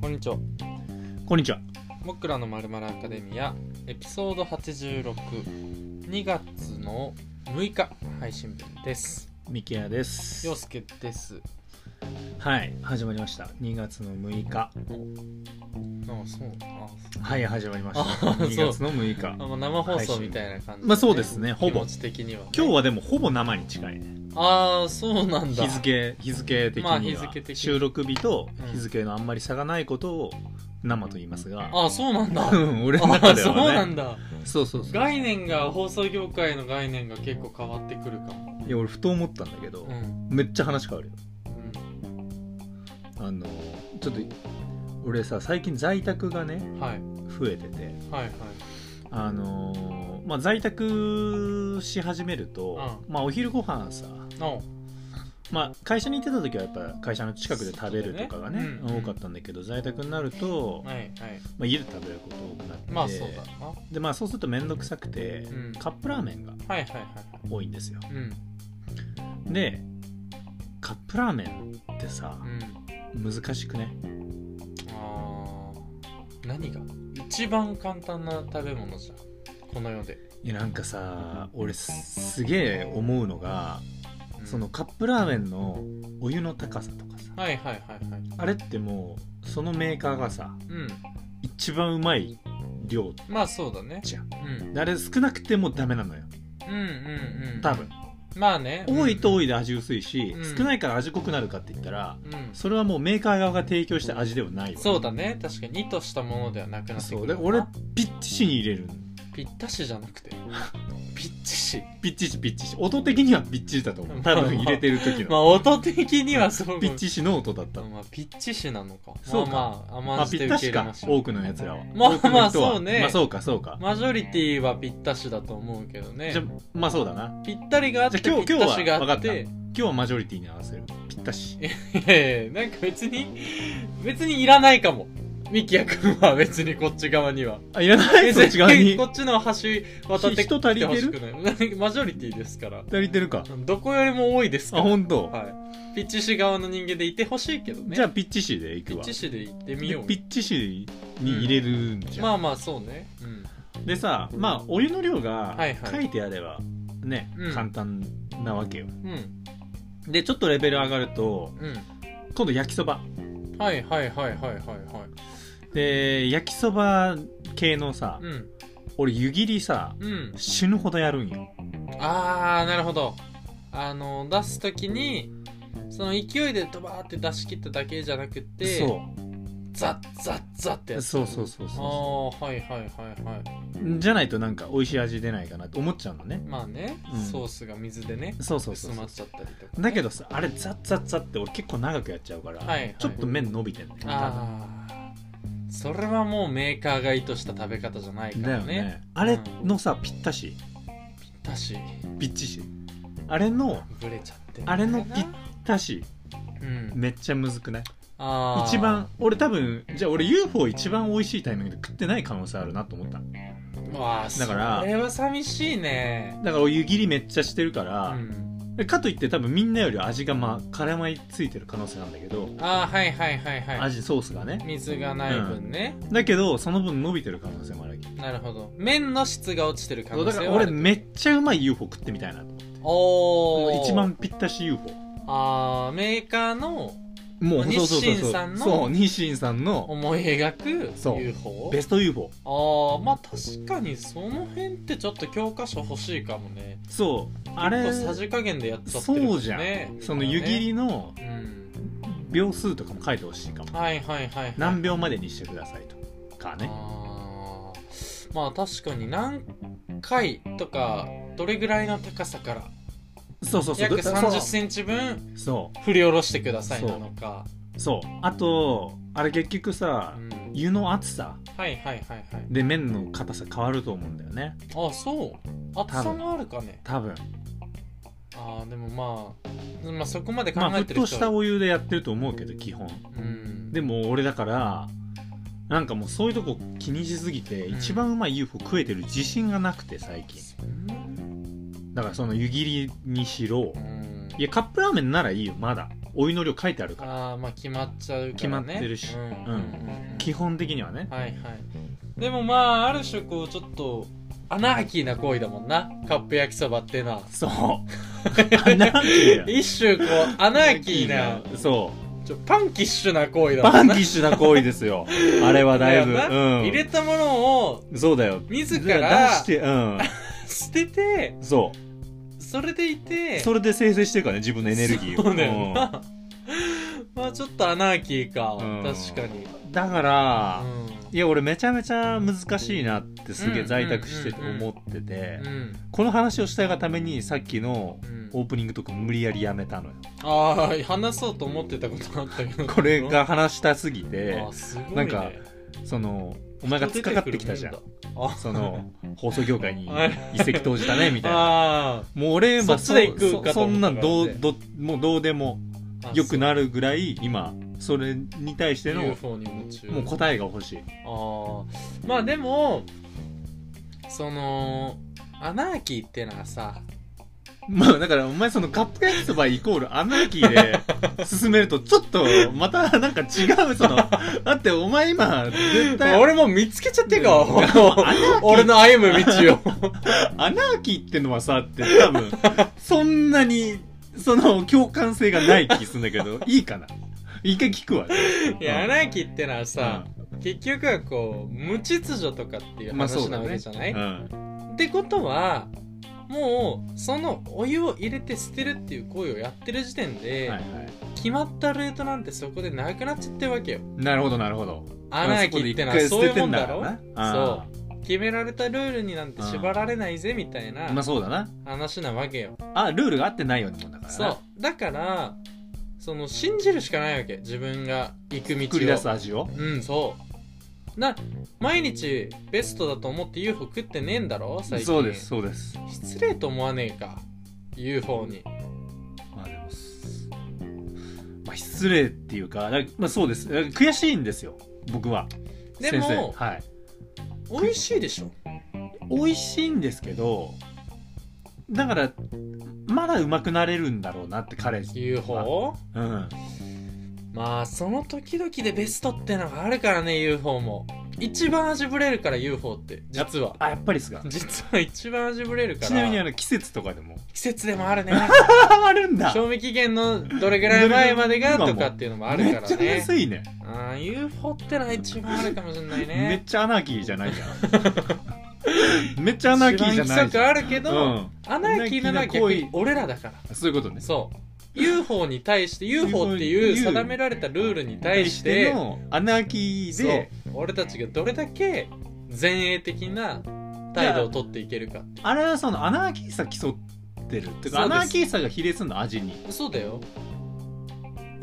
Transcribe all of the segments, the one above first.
こんにちは。こんにちは。僕らのまるまるアカデミアエピソード862月の6日配信分です。ミキヤです。陽介です。はい、始まりました。2月の6日。あ、そうあはい、始まりましあた。そう2月の6日あ、。もう生放送みたいな感じ、まあそうですねほぼ気持ち的には、今日はでもほぼ生に近いね。ああ、そうなんだ。日付日付的まあに日は付的に収録日とうん日付のあんまり差がないことを生と言いますが、ああ、そうなんだ。うん 俺の中であそうはなんね。だ。そうそうそう。概念が、放送業界の概念が結構変わってくるかも。いや俺ふと思ったんだけどう、ん。めっちゃ話変わるよ。うあのちょっと俺さ最近在宅がねん、はい。増えてて、はいはい。あのまあ在宅し始めると、まあお昼ご飯さ。の、まあ、会社に行ってた時はやっぱ会社の近くで食べるとかがねそうだねうん多かったんだけど在宅になると、はいはい。まあ、家で食べることが多くなって、まあそうだな。はで、まあ、そうすると面倒くさくて、うんカップラーメンがいはいはい。多いんですようん。でカップラーメンってさうん。難しくねあー何が一番簡単な食べ物じゃんこの世で、いやなんかさ俺すすげえ思うのが、うんそのカップラーメンのお湯の高さとかさはいはいはいはいあれってもうそのメーカーがさうん一番うまい量まあそうだねじゃんうんであれ少なくてもダメなのようんうんうん多分まあね多いと多いで味薄いし、うん少ないから味濃くなるかって言ったらうん、うんそれはもうメーカー側が提供した味ではないわそうだね確かに2としたものではなくなってそくうるでわ俺ピッチシに入れるのぴったしじゃなく てぴっちしピッチシピッチシ音的にはピッチシだと思う多分入れてる時まあの音的にはそうピッチシの音だったまあピッチしなのかそうかまあまあま甘あんじピてッタ受けシ入れまかしょう多くのやつらはまあ多くの人はまあそうねまあそうかそうかマジョリティはぴったしだと思うけどねじゃまあそうだなぴったりがあってじゃあぴった今日今日はしが分あかっってた今日はマジョリティに合わせるピッタシいやいやなんか別に、別にいらないかも。ミキヤ君は別にこっち側には。あいらないそっち側に別こっちの端渡ってき人足りててるほしくない。マジョリティですから。足りてるかどこよりも多いですあから。本当、はい。ピッチ氏側の人間でいてほしいけどね。じゃあピッチシでいピくッわチ氏で行ってみでようピ。ッチシに入れるんじゃん、まあまあそうね。うん。でさまあお湯の量がはいはい書いてあればね、うん簡単なわけようん。でちょっとレベル上がるとう今度焼きそばん。はいはいはいはいはいはで焼きそば系のさ、い。うん。俺湯切りさうん。死ぬほどやるんよあーなるほどあの出す時にその勢いでドバーって出し切っただけじゃなくてそザッザッザッってやうつそうそうそうあそあはいはいはいはうじゃないとなんか美味しい味出ないかなって思っちゃうのねいまあね、うんソースが水でねそうそうそ薄うそまっうちゃったりとか、だけどさあれザッザッザッって俺結構長くやっちゃうから、はいはいちょっと麺伸びてんだよああそれはもうメーカーが意図した食べ方じゃないかだらよねねあれのさぴったしだしピッチシあれのぶれちゃってあれのピぴったしうんめっちゃむずくないあー一番俺多分じゃあ俺 UFO 一番美味しいタイミングで食ってない可能性あるなと思っただうわあだからそれは寂しいねから俺湯切りめっちゃしてるかうら、んかといって多分みんなより味がまあ絡まりついてる可能性なんだけど、ああはいはいはいはい味ソースがね水がない分ね、だけどその分伸びてる可能性もあるわけなるほど麺の質が落ちてる可能だ性からはあ俺るめっちゃうまい UFO 食ってみたいなとおお一番ぴったし UFO あーメーカーのもう日そうそうそう清そうさんのそう日清さんの思い描くそう UFO ベスト UFO ああまあ確かにその辺ってちょっと教科書欲しいかもねそうあれ結構さじ加減でやっちゃってるもねそうじゃんその湯切りのり、うん秒数とかも書いてほしいかもはいはいはい、はい、何秒までにしてくださいとかねあーまあ確かに何回とかどれぐらいの高さからそうそうそう約3そ0うセンチ分そ振り下ろしてくださいそうなのかうそうあとあれ結局さうん湯の厚さはいはいはいはいで麺の硬さ変わると思うんだよねあそう厚さがあるかね多分あーでもまあ、まあ、そこまで考まあえ沸てる騰し人たは、お湯でやってると思うけど基本うん、でも俺だからなんかもうそういうとこ気にしすぎて、うん一番うまい UFO 食えてる自信がなくて最近だからその湯切りにしろうんいやカップラーメンならいいよまだお湯の量書いてあるからああまあ決まっちゃうからね決まってるしうんうんうん基本的にはねはいはいでもまあある種こうちょっとアナーキーな行為だもんなカップ焼きそばっていうのは そうアナーキーだよ一種こうアナーキーなそちょパンキッシュな行為うだもパんンなキッシュな行為で すよあれはだいぶだよなうん入れたものをそうだよ自だから出らしてうん捨ててそそれでいうてそれで生成してるからね自分のエネルギーをそうだよな まあちょっとアナーキーかうん確かにうんだから、ういや俺めちゃめちゃ難しいなってすうげえん在宅しててうん思っててんうんこの話をしたいがためにさっきのうんオープニングとか無理やりやめたのよああ話そうと思ってたことあったけどこれが話したすぎてあすごいねなんかそのお前が突っかかってきたじゃん人出てくるもだあ その放送業界にはい一石投じたねみたいなあもう俺まあそっちで行くかとそ思んったかならんねどうどもうどうでもーあよくなるぐらい今それに対してそうの UFO に夢中もう答えが欲しいああまあでもそのアナーキーってのはさまあだからお前そのカップ焼きそばイコールアナーキー で進めるとちょっとまたなんか違うそのだってお前今絶対俺もう見つけちゃってるうんか俺の歩む道をアナーキーってのはさって 多分そんなにその共感性がない気するんだけ どいいかな一回聞くわいやアナーキーってのはさ、結局はこう無秩序とかっていうまあそ話うだなわねけじゃなうい、んってことはもうそのお湯を入れて捨てるっていう行為をやってる時点はいで、はい決まったルートなんてそこでなくなっちゃってるわけよなるほどなるほどアナーキーってのはそういうもんだろそ決められたルールになんて縛られないぜみたいなうまあそうだな話なわけよあルールが合ってないようなもんだからなそうだからその信じるしかないわけ自分が行く繰り道出をす味をうんそうな毎日ベストだと思って UFO 食ってねえんだろ最近そうですそうです失礼と思わねえか UFO にまあでもす、まあ、失礼っていうか、だまあ、そうです。だ悔しいんですよ、僕は。でも先生はい。美味しいでしょ美味しいんですけど、だから、まだうまくなれるんだろうなって彼、 UFO うん。まあその時々でベストってのがあるからね UFO も一番味ぶれるから UFO って実はあ、やっぱりですか。実は一番味ぶれるからちなみにあの季節とかでも。季節でもあるねあ、あるんだ賞味期限のどれぐらい前までがとかっていうのもあるめかっらちゃね安いねあー UFO ってのは一番あるかもしれない めっねちゃアナーキーじゃないじゃん。 めっちゃアナーキーじゃ一番ない規じ則ゃん。あるけど、アナーキーなのは逆に俺らだからうん。そういうことね。そう UFO に対して UFO っていう定められたルールに対してのアナーキーで、そう俺たちがどれだけ前衛的な態度をとっていけるかってあれはそのアナーキーさ競ってるっていうそかアうですナーキーさが比例するの味にそうだよ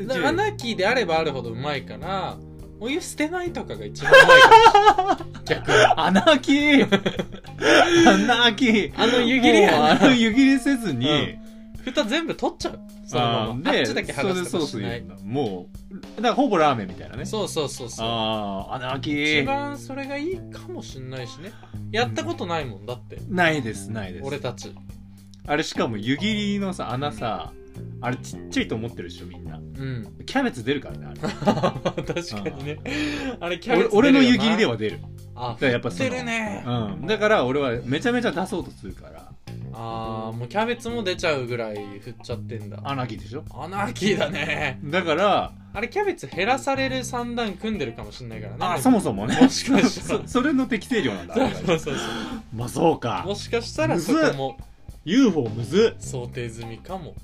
だからアナーキーであればあるほどうまいからお湯捨てないとかが一番うまいから 逆にアナーキーアナーキーあの湯切りやもうなあの湯切りせずに、うん蓋全部取っちゃうそのまあーまあっちだけそれ剥がですとかソーしスな入れいるのもうだからほぼラーメンみたいなねそうそうそうそうああアナーキ一ー番それがいいかもしんないしねやったことないもんだってないですないです俺たちあれしかも湯切りのさ穴さあれちっちゃいと思ってるでしょみんなうんキャベツ出るからねあれ確かにねあれキャベツ俺俺の湯切りではは出るあだからやっぱそ出のるねうん、だから俺はめちゃめちゃ出そうとするからあーもうキャベツも出ちゃうぐらい振っちゃってんだアナーキーでしょアナーキーだねだからあれキャベツ減らされる三段組んでるかもしんないからねあそもそもねもしかしたら そそれの適正量なんだそう そうそうそまあそううかもしかしたらそこも UFO むずっ想定済みかも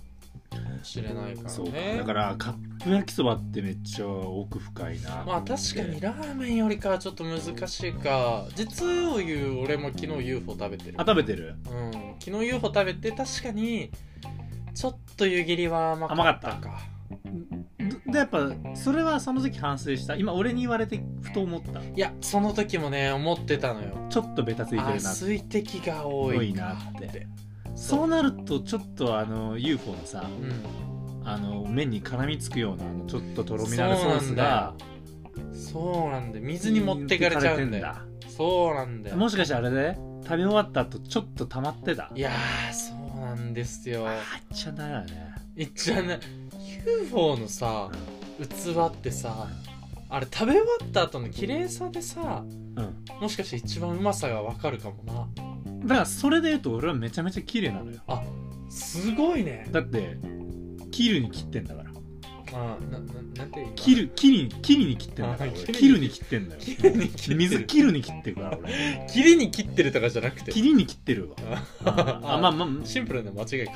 しれないからそうかねだからカップ焼きそばってめっちゃ奥深いなまあ確かにラーメンよりかはちょっと難しいか実を言う俺も昨日 UFO 食べてるあ食べてるうん昨日 UFO 食べて確かにちょっと湯切りは甘かったか甘ででやっぱそれはその時反省した今俺に言われてふと思ったいやその時もね思ってたのよちょっとベタついてるあなって水滴が多い多いななっっててそそううなるとちょっとあの UFO のさうんあの麺に絡みつくようなあのちょっととろみのあるソースがそそうなんだよ水に持ってかれちゃうんだよ持ってかそうなんだれてよんだもしかしてあれで食べ終わった後ちょっと溜まってたいやーそうなんですよあっちゃだよねいっちゃね UFO のさ器ってさあれ食べ終わった後の綺麗さでさうんもしかして一番うまさがわかるかもなだからそれで言うと俺はめちゃめちゃ綺麗なのよすごいねだって切るに切ってんだからあなななんて言うの切る切りに切りに切ってんだからあ俺切りに切るに切ってんだよ切りに切ってる水切るに切ってるから俺切りに切ってるとかじゃなくて切りに切っ てるわああまあまシンプルな間違いか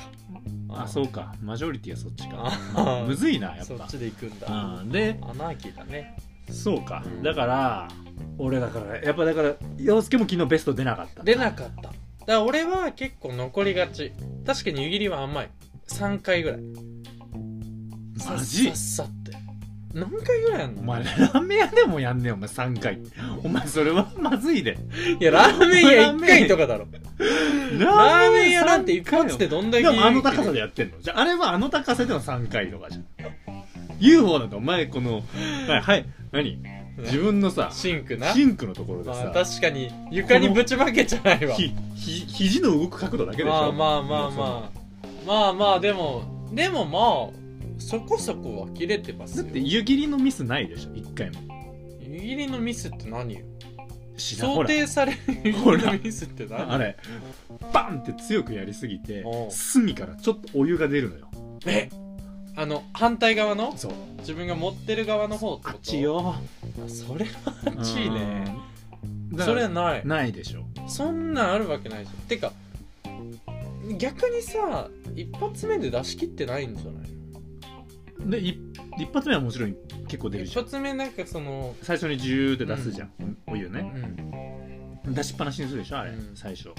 ああそうかマジョリティはそっちかあむずいなやっそっぱちで行くんだうんでアナーキーだねそうかうんだから俺だからやっぱだから洋介も昨日ベスト出なかった出なかっただから俺は結構残りがち確かに湯切りは甘い3回ぐらいマジさっさっさって何回ぐらいやんおの前ラーメン屋でもやんねんお前3回お前それはまずいでいやラーメン屋1回とかだろララーメン屋なんて一発ででどんだけでもあの高さでやってんのじゃああれはあの高さでの3回とかじゃん UFO だとお前このはい、はい、何自分のさシンクなシンクのところでまあ、さ、確かに床にぶちまけちゃないわひひ肘の動く角度だけでしょまあまあまあまあまあまあでもでもまあそこそこは切れてますだよって湯切りのミスないでしょ1回も湯切りのミスって何よ知らんほ想ら定される湯ほ切らりのミスってあ何れバンって強くやりすぎておう隅からちょっとお湯が出るのよえあの反対側のそう自分が持ってる側の方ってこあとっちよあそれはあっちいねうんだかそれはらないないでしょそんなんあるわけないじゃんてか逆にさ一発目で出し切ってないんじゃないでい一発目はもちろん結構出る一じゃん発目なんかその最初にジューって出すじゃん、お湯うねん出しっぱなしにするでしょあれ、うん最初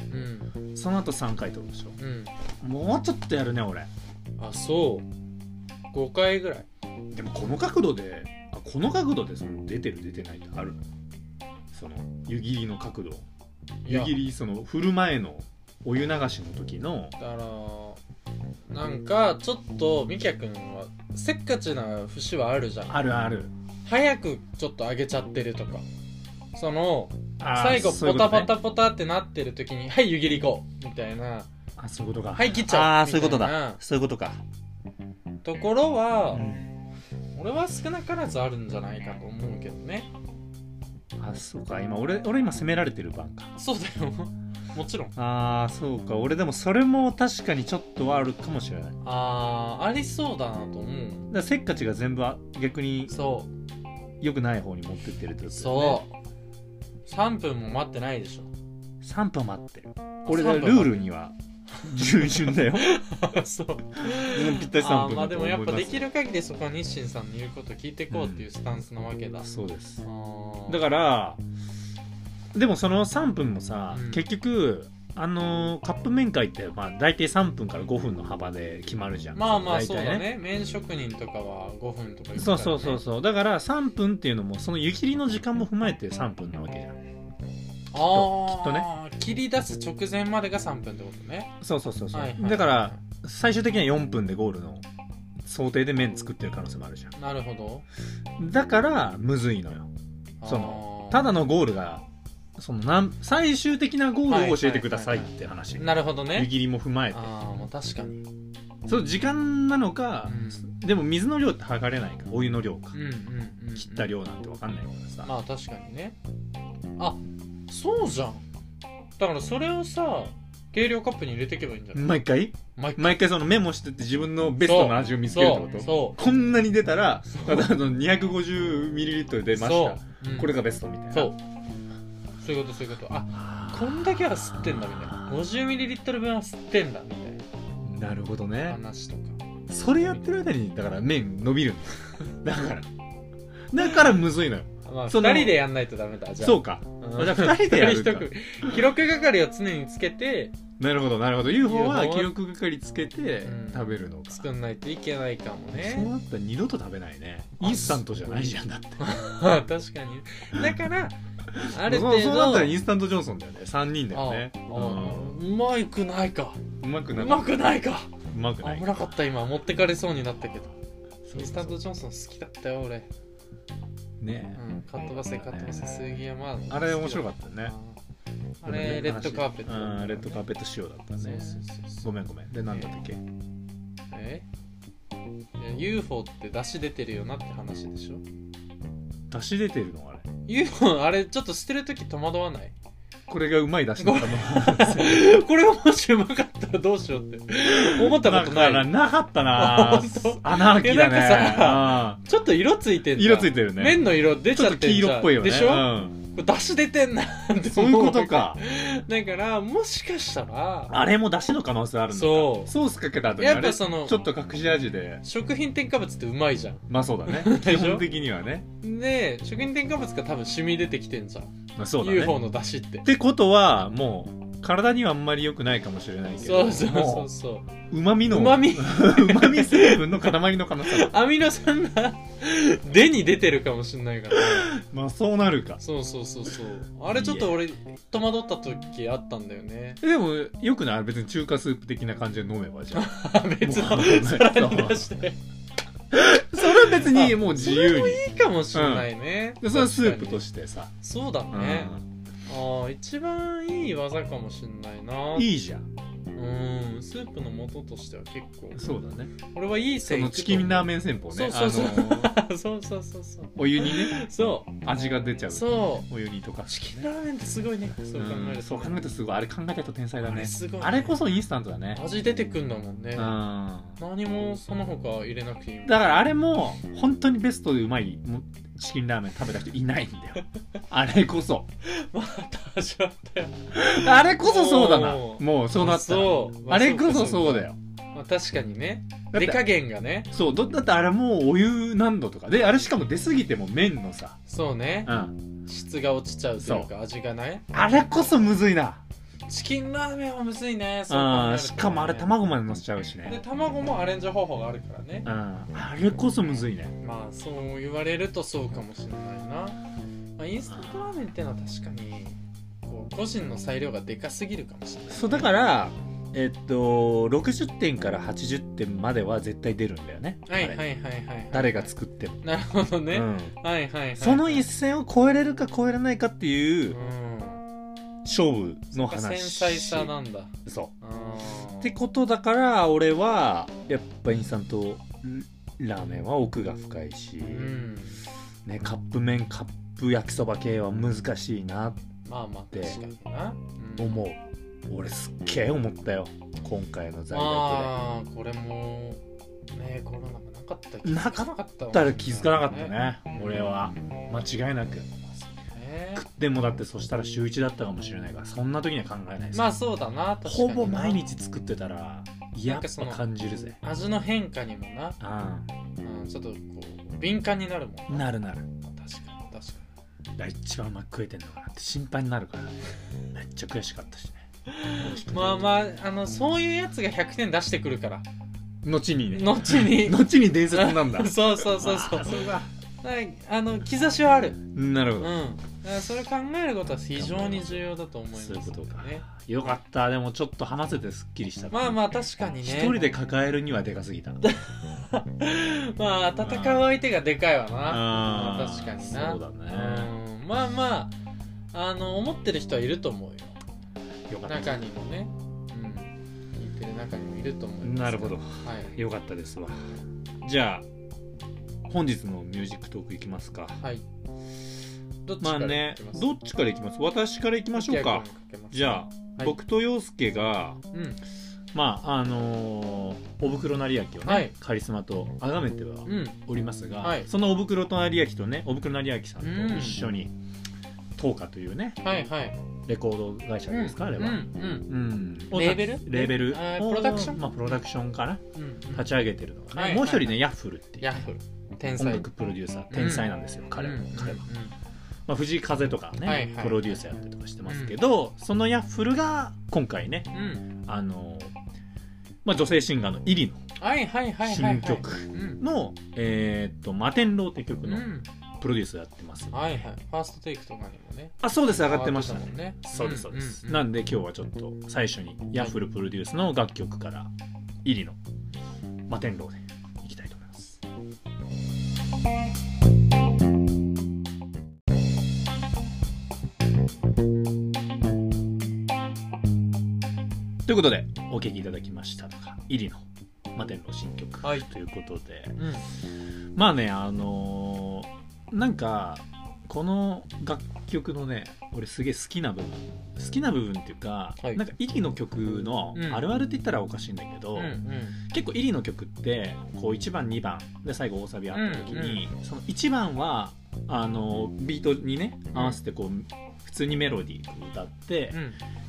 うんその後3回取るでしょうんもうちょっとやるね俺あそう5回ぐらいでもこの角度であこの角度でその出てる出てないってあるのその湯切りの角度い湯や切りその振る前のお湯流しの時のだからなんかちょっとみきゃくんはせっかちな節はあるじゃんあるある早くちょっと上げちゃってるとかそのあー最後そういポうこタとねポタポタってなってる時に「はい湯切り行こう」みたいなあそういうこ「とかはい切っちゃう」あーそういうことだみたいなそういうことか、ところうはん俺は少なからずあるんじゃないかと思うけどねあそうか今俺俺今責められてる番かそうだよ もちろんあーそうか俺でもそれも確かにちょっとはあるかもしれないだかあーありそうだなと思らせっかちが全部あ逆にうそう良くない方に持ってってるってことだよそねう3分も待ってないでしょ3分待ってる俺が3ル分待っールには従 順だよそうぴったり3あー分まあだでとも思いやっまぱですきる限りそこは日清さんの言うこと聞いてこうっていうスタンスなわけだ、そうですあだからでもその3分もさ、うん結局あのーカップ麺会ってまあ大体3分から5分の幅で決まるじゃらんまあまあ大そうだ体ね麺職人とかは5分とか言そうそうそううそうだから3分っていうのもその湯切りの時間も踏まえて3分なわけじゃんあきっとあ切り出す直前までが3分ってことねそうそうそうそう、はいはいだから最終的には4分でゴールの想定で麺作ってる可能性もあるじゃなるほどんだからむずいのよそのただのゴールがそのなん最終的なゴールを教えてくださいって話、なるほど湯ね切りも踏まえてああもう確かにそう時間なのか、うんでも水の量って測れないからお湯の量か、うんうんうん、うん、切った量なんて分かんないからさ、まあ確かにねあそうじゃんだからそれをさ計量カップに入れていけばいいんじゃない毎回毎毎回そのメモしてって自分のベストの味を見つけるってことそこんなに出たらただあの 250ml う出ましそたう、うんこれがベストみたいなそうそういうことそういうことあこんだけは吸ってんだみたいな 50ml 分は吸ってんだみなるほどたいなね話とかそれやってる間にだから麺伸びるん だだからだからむずいのよまあその2人でやんないとダメだじゃあそうかうんじゃあ二人でや るか一人一組記録係を常につけてなるほどなるほど UFO は UFO は記録係つけてうん食べるのか、作んないといけないかもそうねなったら二度と食べないねあインスタントじゃないじゃんだって 確かにだからある程そ度うそうなったらインスタントジョンソンだよね3人だよねああうまくないかうんうまくうなまくないかうまくない危なかった今持ってかれそうになったけどそうインスタントジョンソン好きだったよ俺ねうん、かっ飛ばせかっ飛ばせ杉山あれ面白かったねたあれレッドカーペットうんレッドカーペット仕様だったそうねそうそうそうごめんごめんで何だったっけえいや UFO って出し出てるよなって話でしょ出汁出てるのあれ UFO あれちょっと捨てるとき戸惑わない これがうまい出汁だったのこれがもしうまかったらどうしようって思ったことだかならいなかったな本当穴開きだいやなんかねちょっと色ついてうんんじゃん色ついてるね麺の色出ちちょゃっっとてん黄じゃん色っぽいよねでしょ、うんこれ出汁出てんなってそういうことかだからもしかしたらあれも出汁の可能性あるんだそうソースかけた後にやあっれぱちょそのっと隠し味で食品添加物ってうまいじゃんまあそうだ ね基でしょ本的にはねで食品添加物が多分染み出てきてんじゃん、まあそうだね UFO の出汁ってってことはもう体にはあんまり良くないかもしれないけそどうそうそうそううまみのうまみ旨味成分の塊の可能性がアミノ酸が出に出てるかもしんないから まあそうなるかそうそうそうそうあれちょっと俺戸惑った時あったんだよ ねえでもよくない別に中華スープ的な感じで飲めばじゃん別のもう皿に出して それは別にもう自由にいいかもしんないね、でそれはスープとてしてさ、そうだね、ああ一番いい技かもしんないなうんいいじゃんうんスープの素としては結構そうだね俺はいいそ線いのくとチキンラーメン戦法ねそうそうそうあのそうそうそうそうお湯にねそ味が出ちゃううそお湯にとかうチキンラーメンってすごいねそう考えるうとんそう考えるとすごいあれ考えた人天才だあねれすごいあれこそインスタントだね味出てくんだもんうねんだ何もその他入れなくていいもんからあれも本当にベストでうまいもうチキンラーメン食べた人いないん だよあれこそまた始まったよ、あれこそそうだなおーもうそうなったらあそうまああれそこそかうそうかそうだよまあ、確かにねだっ出加て減がねそうどだってあれもうお湯何度とかであれしかも出過ぎても麺のさそうねうん質が落ちちゃうというか味がないあれこそむずいなチキンラーメンはむずいねそう考えるとねうんしかもあれ卵まで乗せちゃうしでね卵もアレンジ方法があるからねうんあれこそむずいねまあそう言われるとそうかもしれないな、まあ、インスタントラーメンってのは確かにこう個人の裁量がでかすぎるかもしれないそうだからえっと60点から80点までは絶対出るんだよね、はいはいあはれいはいはい誰が作っても、なるほどね、うんはいはいはいその一線を超えれるか超えれないかっていううん勝負の繊話細さなんだそあうーってことだから俺はやっぱインスタントラーメンは奥が深いし、うんね、カップ麺カップ焼きそば系は難しいなまあまあで確かにな、うん思う俺すっげえ思ったよ今回の在学まあこれもねコロナがなかったなかったかったでだったら気づかなかったねね俺は間違いなくねでもだってそしたら週1だったかもしれないからそんな時には考えないですまあそうだな確かにほなぼ毎日作ってたらやなんかっそぱの感じるぜ味の変化にもなあうん、ちょっとこう敏感になるもんあなるなる確かに確かが一番うまく食えてんのかなって心配になるからねめっちゃ悔しかったしね美味しくにてまあまああのそういうやつが100点出してくるから後にね後 に後に伝説なん だそうそうそうそあうーそうだはいあの兆しはあるなるうほんど、だからそれ考えることは非常に重要だと思いますそういうことかねよかったでもちょっと話せてすっきりしたまあまあ確かにね一人で抱えるにはでかすぎた まあ戦う相手がでかいわなあまあ確かになそうだねうんまあまああの思ってる人はいると思うよよかった中にもねうん聞いてる中にもいると思いますなるほどはいよかったですわじゃあ本日のミュージックトークいきますかはいどっちまかあらねいきますどっちからいきます私からいきましょうかじゃあ、はい僕と陽介があ、うん、まああのーお袋なりやきをね、はいカリスマと崇めてはうん、おりますが、はいそのお袋となりやきとねお袋なりやきさんうんと一緒に東華というねはいはい。レコード会社ですか、あれは、うんうんうんレーベルレーベルあープロダクションまあ、プロダクションかなうんうん。立ち上げてるのがね、はいもう一人ね、はいヤッフルっていうヤッフル天音才。楽プロデューサー天才なんですよ、彼はうん彼うは、んうんまあ、藤井風とかね、はいはいプロデューサーやったりとかしてますけど、そのヤッフルが今回ねうん。あの、まあ、女性シンガーのイリはいはいはいはいはい。新曲うん。のの「えーっと摩天楼」って曲うのん。プロデュースをやってます、はいはい。ファーストテイクとかにもね。あそうです上がってましたね上がってたもんねそうですそうです、うんうんなんで今日はちょっと最初にヤッフルプロデュースの楽曲からイリの摩天楼でいきたいと思いますということでお聴きいただきましたとかイリの摩天楼新曲、はいということでうんまあねあのーなんかこの楽曲のね俺すげえ好きな部分好きな部分っていうか、はいなんかイリの曲のうんあるあるって言ったらおかしいんだけど、うんうん結構イリの曲ってこう1番2番で最後大サビあった時に、その1番はあのビートにね合わせてこう普通にメロディーを歌って、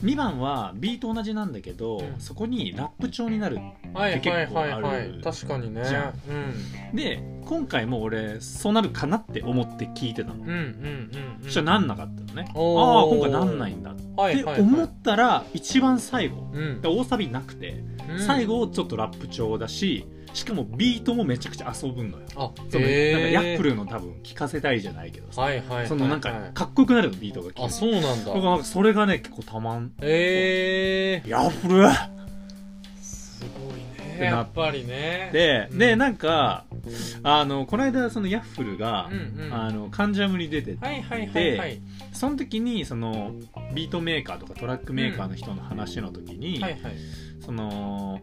2番はビート同じなんだけど、うんそこにラップ調になるうんはいはいはいは結構あるい確かにねじゃんうんで今回も俺そうなるかなって思って聞いてたの、うんうんうんそしたらなんなかったのねああおー今回なんないんだっはいてはいはい思ったら一番最後うんで大サビなくて、うん最後ちょっとラップ調だししかもビートもめちゃくちゃ遊ぶのよあそのへーなんかヤップルの多分聞かせたいじゃないけどさ、はいはいはいはいそのなんかかっこよくなるのビートが聞あうそうなんだなんかそれがね結構たまんええヤップルすごいてねなやっぱりねで、うんでなんかあのこの間そのヤッフルがう、んうんあはのカンジャムに出てていはいはいはいその時にそのビートメーカーとかトラックメーカーの人の話の時に、はいはいその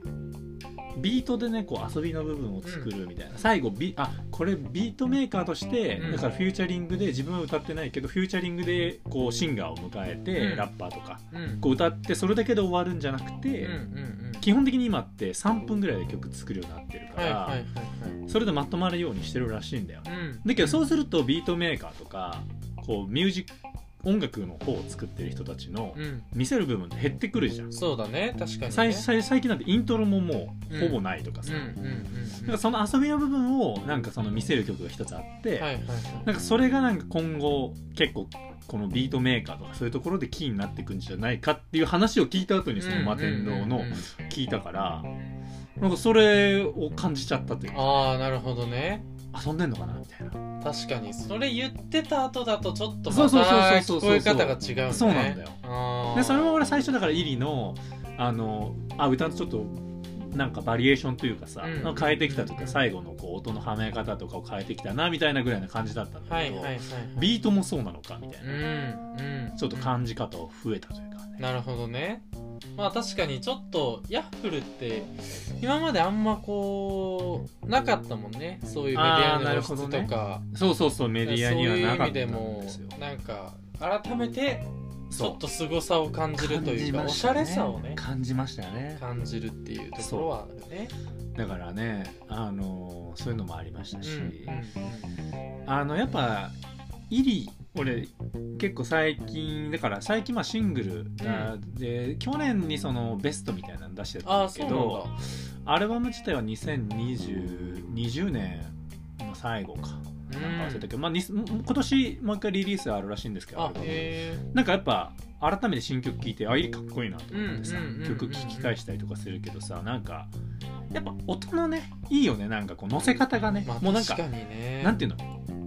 ビートでねこう遊びの部分を作るみたいな、最後ビあこれビートメーカーとして、うんだからフューチャリングで自分は歌ってないけどフューチャリングでこうシンガーを迎えて、うんラッパーとかうんこう歌ってそれだけで終わるんじゃなくて、うんうん基本的に今って3分ぐらいで曲作るようになってるうんかはいら、はいはいそれでまとまるようにしてるらしいんだよはいうんだけどそうするとビートメーカーとかこうミュージック音楽の方を作ってる人たちのうん見せる部分って減ってくるじゃんそうだね確かに最ね最最近なんてイントロももうほぼないとかうんさ、うんなうんんかその遊びの部分をなんかその見せる曲が一つあって、はいはいはいなんかそれがなんか今後結構このビートメーカーとかそういうところでキーになっていくんじゃないかっていう話を聞いた後にその摩天楼うんのうんうんうん聞いたからなんかそれを感じちゃったというかああなるほどね遊んでんのかなみたいな確かにそれ言ってた後だとちょっとまたそうそうそうそう聞そうこえ方が違うねそうなんだよあーでそれも俺最初だからイリのあのあ歌ちょっとなんかバリエーションというかさ、うん変えてきたとか最後のこう音のはめ方とかを変えてきたなみたいなぐらいな感じだったんだはけいど、はいはいはいビートもそうなのかみたいうんな、うんちょっと感じ方を増えたというかねなるほどねまあ確かにちょっとヤッフルって今まであんまこうなかったもんねそういうメディアあーなのる露ほど出ねとか、そうそうそうメディアにはなかったんそですういう意よ味でもなんか改めてちそょっと凄さを感じるというか、おしゃれさをね感じましたよね感じるっていうところはあるねだからねあのそういうのもありましたし、うんあのやっぱイリ俺結構最近だから最近まあシングルが、で去年にそのベストみたいなの出してたあんあだけそうなんどアルバム自体は2020 20年の最後かだなんか忘れたうけんど、まあ、に今年もう一回リリースあるらしいんですけどアあルバムへえなんかやっぱ改めて新曲聴いてあイリかっこいいなと思ってさうんうんうんうん曲聴き返したりとかするけどさなんかやっぱ音のねいいよねなんかこう乗せ方がね、まあもうなん確かかにねなんていうの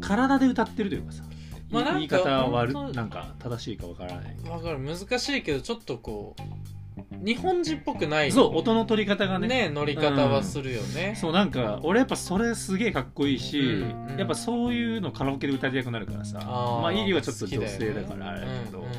体で歌ってるというかさ、まあなんか言い方は悪本当なんか正しいかわからないわかる難しいけどちょっとこう日本人っぽくないそう音の取り方がねね乗り方はするよね、そうなんか俺やっぱそれすげえかっこいいし、うんうんやっぱそういうのカラオケで歌いたくなるからさあーまあイリはちょっと好きだ女よね性だからあれだけど、うんうん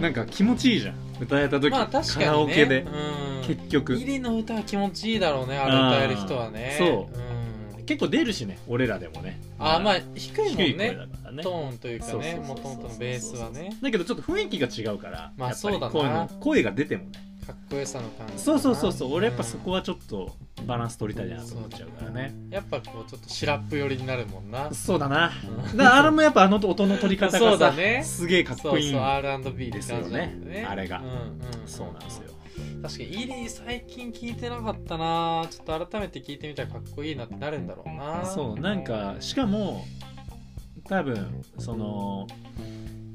なんか気持ちいいじゃん歌えたう時、んまあ確かに、ね、カラオケで、うん結局イリの歌は気持ちいいだろうねあれ歌える人はねあーう、ん、結構出るしね俺らでもねあーまあ低低いいもんね声だからねトーンというかねそうもそうとそうそうもとのベースはねだけどちょっと雰囲気が違うから、まあやっぱりそうだな声の声が出てもねかっこよさの感じそうそうそうそう俺やっぱそこはちょっとバランス取りたいなと思っちゃうからねうんやっぱこうちょっとシラップ寄りになるもんなそうだなうんだからあれもやっぱあの音の取り方がさそうだねすげえかっそこういいそう R&B って感じなんだですよねあれがうんうん、そうなんですよ確かにイリー最近聞いてなかったなちょっと改めて聞いてみたらかっこいいなってなるんだろうなそうなんかしかも多分その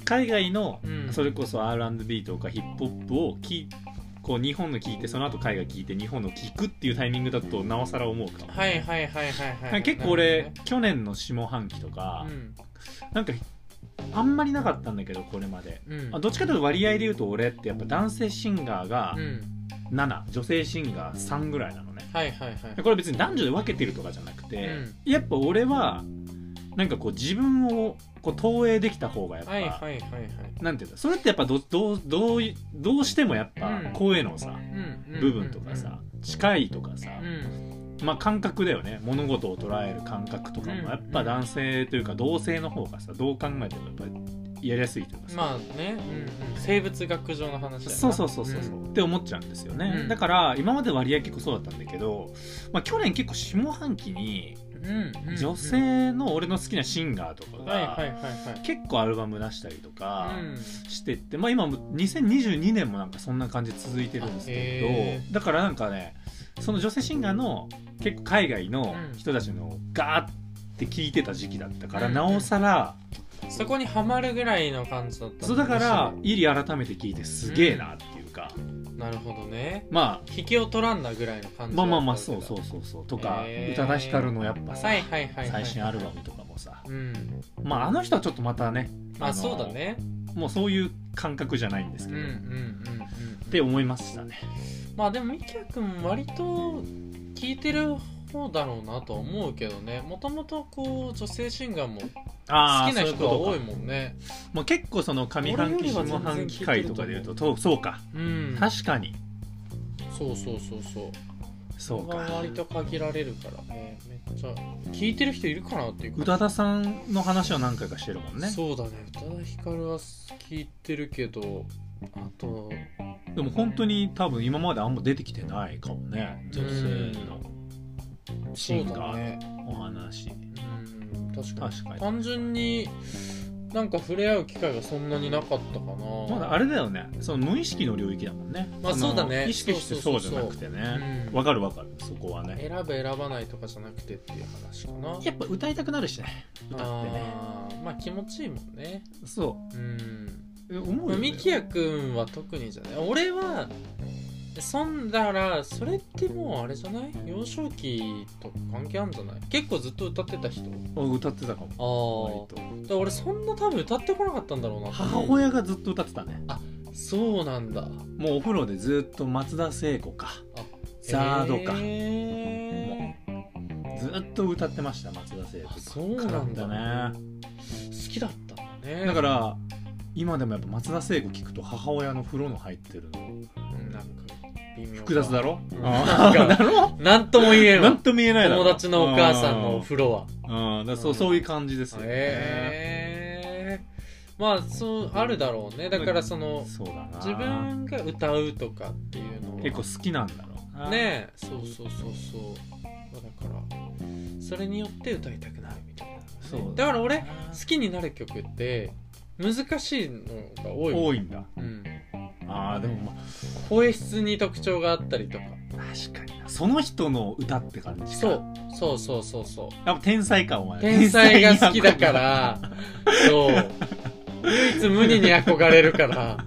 海外のうんそれこそ R&B とかヒップホップを聞いこう日本の聞いてその後海外聞いて日本の聞くっていうタイミングだとなおさら思うかも、はいはいはいはいはい、なんか結構俺、去年の下半期とな、るほかどねなんかあんまりなかったんだけどこれまでうんうんあどっちかというと割合で言うと俺ってやっぱ男性シンガーがうん7、女性シンガー3ぐらいなのねはいはいはいこれ別に男女で分けてるとかじゃなくて、うんやっぱ俺はなんかこう自分をこう投影できた方がやっぱ、はいはいはいはいなんていうんだそれってやっぱどどうどういどうしてもやっぱうん声のさ、うんうん部分とかさ、近いとかさ、うんまあ感覚だよね物事を捉える感覚とかうんもやっぱ男性というか同性の方がさどう考えてもやっぱりやりやすいというかさ、まあね、うんうん、生物学上の話だよなそうそうそうそうそう、って思っちゃうんですよね、うんだから今まで割合結構そうだったんだけど、まあ、去年結構下半期にうんうんうん女性の俺の好きなシンガーとかはいはいがはいはい結構アルバム出したりとかうんしてって、まあ、今も2022年もなんかそんな感じ続いてるんですあけへどだからなんかねその女性シンガーの結構海外の人たちのガーって聞いてた時期だったから、うんなおさら、そこにはまるぐらいの感じだったそうだからイリ改めて聞いてすげえなっていうか、なるほどねまあ引きを取らんなぐらいの感じまだあったまわけだあまあそうそうそうそうとかへー宇多田ヒカルのやっぱさはいはいはいはい最新アルバムとかもさうんまああの人はちょっとまたねまあのそうだねもうそういう感覚じゃないんですうけんうどんっうんうんて思いましたねまあでもみきやくん割と聞いてる方だろうなとは思うけどねもともとこう女性シンガーも好きあーな人そがういうこと多かいもんねもう結構その上半俺期より下は全然半聞期いて回ると思うとかで言うととそうかうん確かにそうそうそうそうそうまあか割と限られるからねめっちゃ聞いてる人いるかなっていう宇か多田さんの話は何回かしてるもんねそうだね宇多田ヒカルは聞いてるけどあとでも本当に多分今まであんま出てきてないかもね女性のシそうンだガーねのお話うん確かに確かに単純になんか触れ合う機会がそんなになかったかなまだあれだよねその無意識の領域だもんね、まあのそうだね意識してそうじゃなくてうねんわ、かるわかるそこはね選ぶ選ばないとかじゃなくてっていう話かなやっぱ歌いたくなるしね歌ってねあーまあ気持ちいいもんねそうんう思うまあよ、ねみ、きやくんは特にじゃない俺はそんだらそれってもうあれじゃない幼少期と関係あるんじゃない結構ずっと歌ってた人お歌ってたかもあ割とあ俺そんな多分歌ってこなかったんだろうなと思う母親がずっと歌ってたねそうなんだもうお風呂でずっと松田聖子かあサードか、へずっと歌ってました松田聖ー子あそうなんだだね好きだったんだねだから今でもやっぱ松田聖子聞くと母親の風呂の入ってるのうんなんか微妙複雑だろ、うんあーだ ろなんとも言 えんなわんと見えないだろ友達のお母さんのおうん風呂はうん、だからそううんそういう感じですよね。へえまあそうあるだろうねだからそのそうだな。自分が歌うとかっていうのは結構好きなんだろうな。ねえそうそうそうそうまあだからそれによって歌いたくなるみたいなのがね、そうだから俺好好ききになる曲って難しいのが多いもん多いんだ。うん、ああでもまあ声質に特徴があったりとか確かにな。その人の歌って感じか。そう。そうそうそうそうやっぱ天才感は天才が好きだか。らそう唯一無二に憧れる から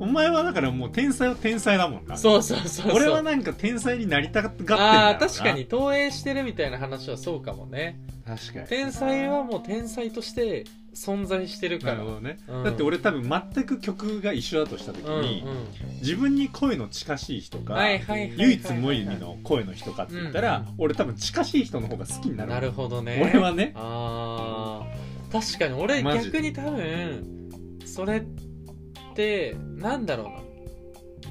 お前はだからもう天才は天才だもんな。そうそうそうそう俺はなんか天才になりたがってんだろうな。ああー確かに。投影してるみたいな話はそうかもね確かに。天才はもう天才として存在してるかならるほどね、うんだって俺多分全く曲が一緒だとした時うんうんに、自分に声の近しい人か、はいはいはいはい唯一無二の声の人かって言ったら、うん俺多分近しい人の方が好きになるなるほどね俺はねあー確かに俺マジ逆に多分それってなんだろ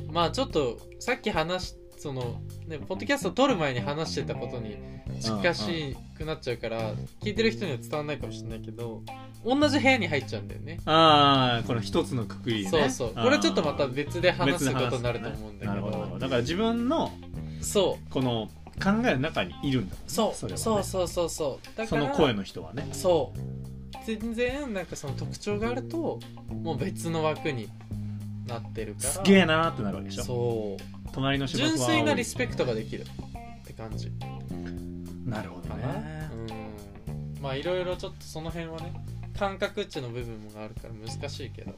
うなまあちょっとさっき話しそのねポッドキャスト撮る前に話してたことに近しくなっちゃうから聞いてる人には伝わんないかもしれないけど同じ部屋に入っちゃうんだよねああこの一つのくくりねそうそうこれちょっとまたあー別で話す別でこと話にすなると思うんだなけるどほどなるほどだから自分のそこの考えの中にいるんだうそうそそ,、れはうねそうそうそうだからその声の人はねそう全然なんかその特徴があるともう別の枠になってるからすげえなーってなるわけでしょそう隣の芝生は純青い粋なリスペクトができるって感じなるほどかな、ねうんまあいろいろちょっとその辺はね感覚値の部分もあるから難しいけど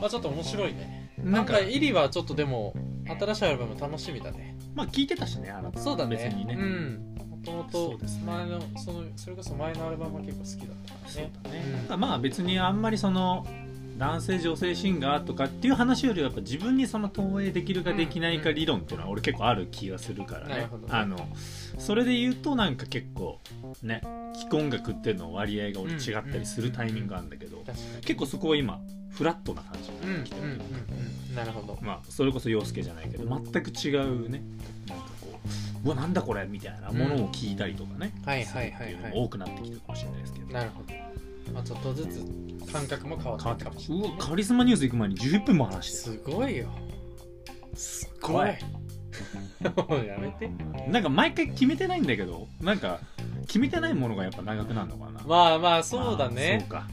まあちょっと面白いねななんんかかイリはちょっとでも新しいアルバム楽しみだねまあ聞いてたしねあなたそうだね別にね、うんもともそとうですね前のそのそれこそ前のアルバムは結構好きだったからそうねだねうんまあ別にあんまりその男性女性シンガーとかっていう話よりはやっぱ自分にその投影できるかできないか理論っていうのは俺結構ある気がするからなるねほどあのそれで言うとなんか結構ね既婚楽っていうの割合が俺違ったりするタイミングがあるんだけど確かに結構そこは今フラットな感じうんうんになってきてる、うんうんなるほどまあ、それこそ洋介じゃないけど全く違うねなんかこううわなんだこれみたいなものを聞いたりとかね、はいはいはいはいするっていうのも多くなってきてるかもしれないですけどなるほどまあちょっとずつ感覚も変わ変わっっててきたかかももしれないい、しれな、うねわ、カリスマニュース行く前に11分も話してすごいよする 怖もうやめてなんか毎回決めてないんだけどなんか決めてないものがやっぱ長くなるのかな、まあまあそうだそねうか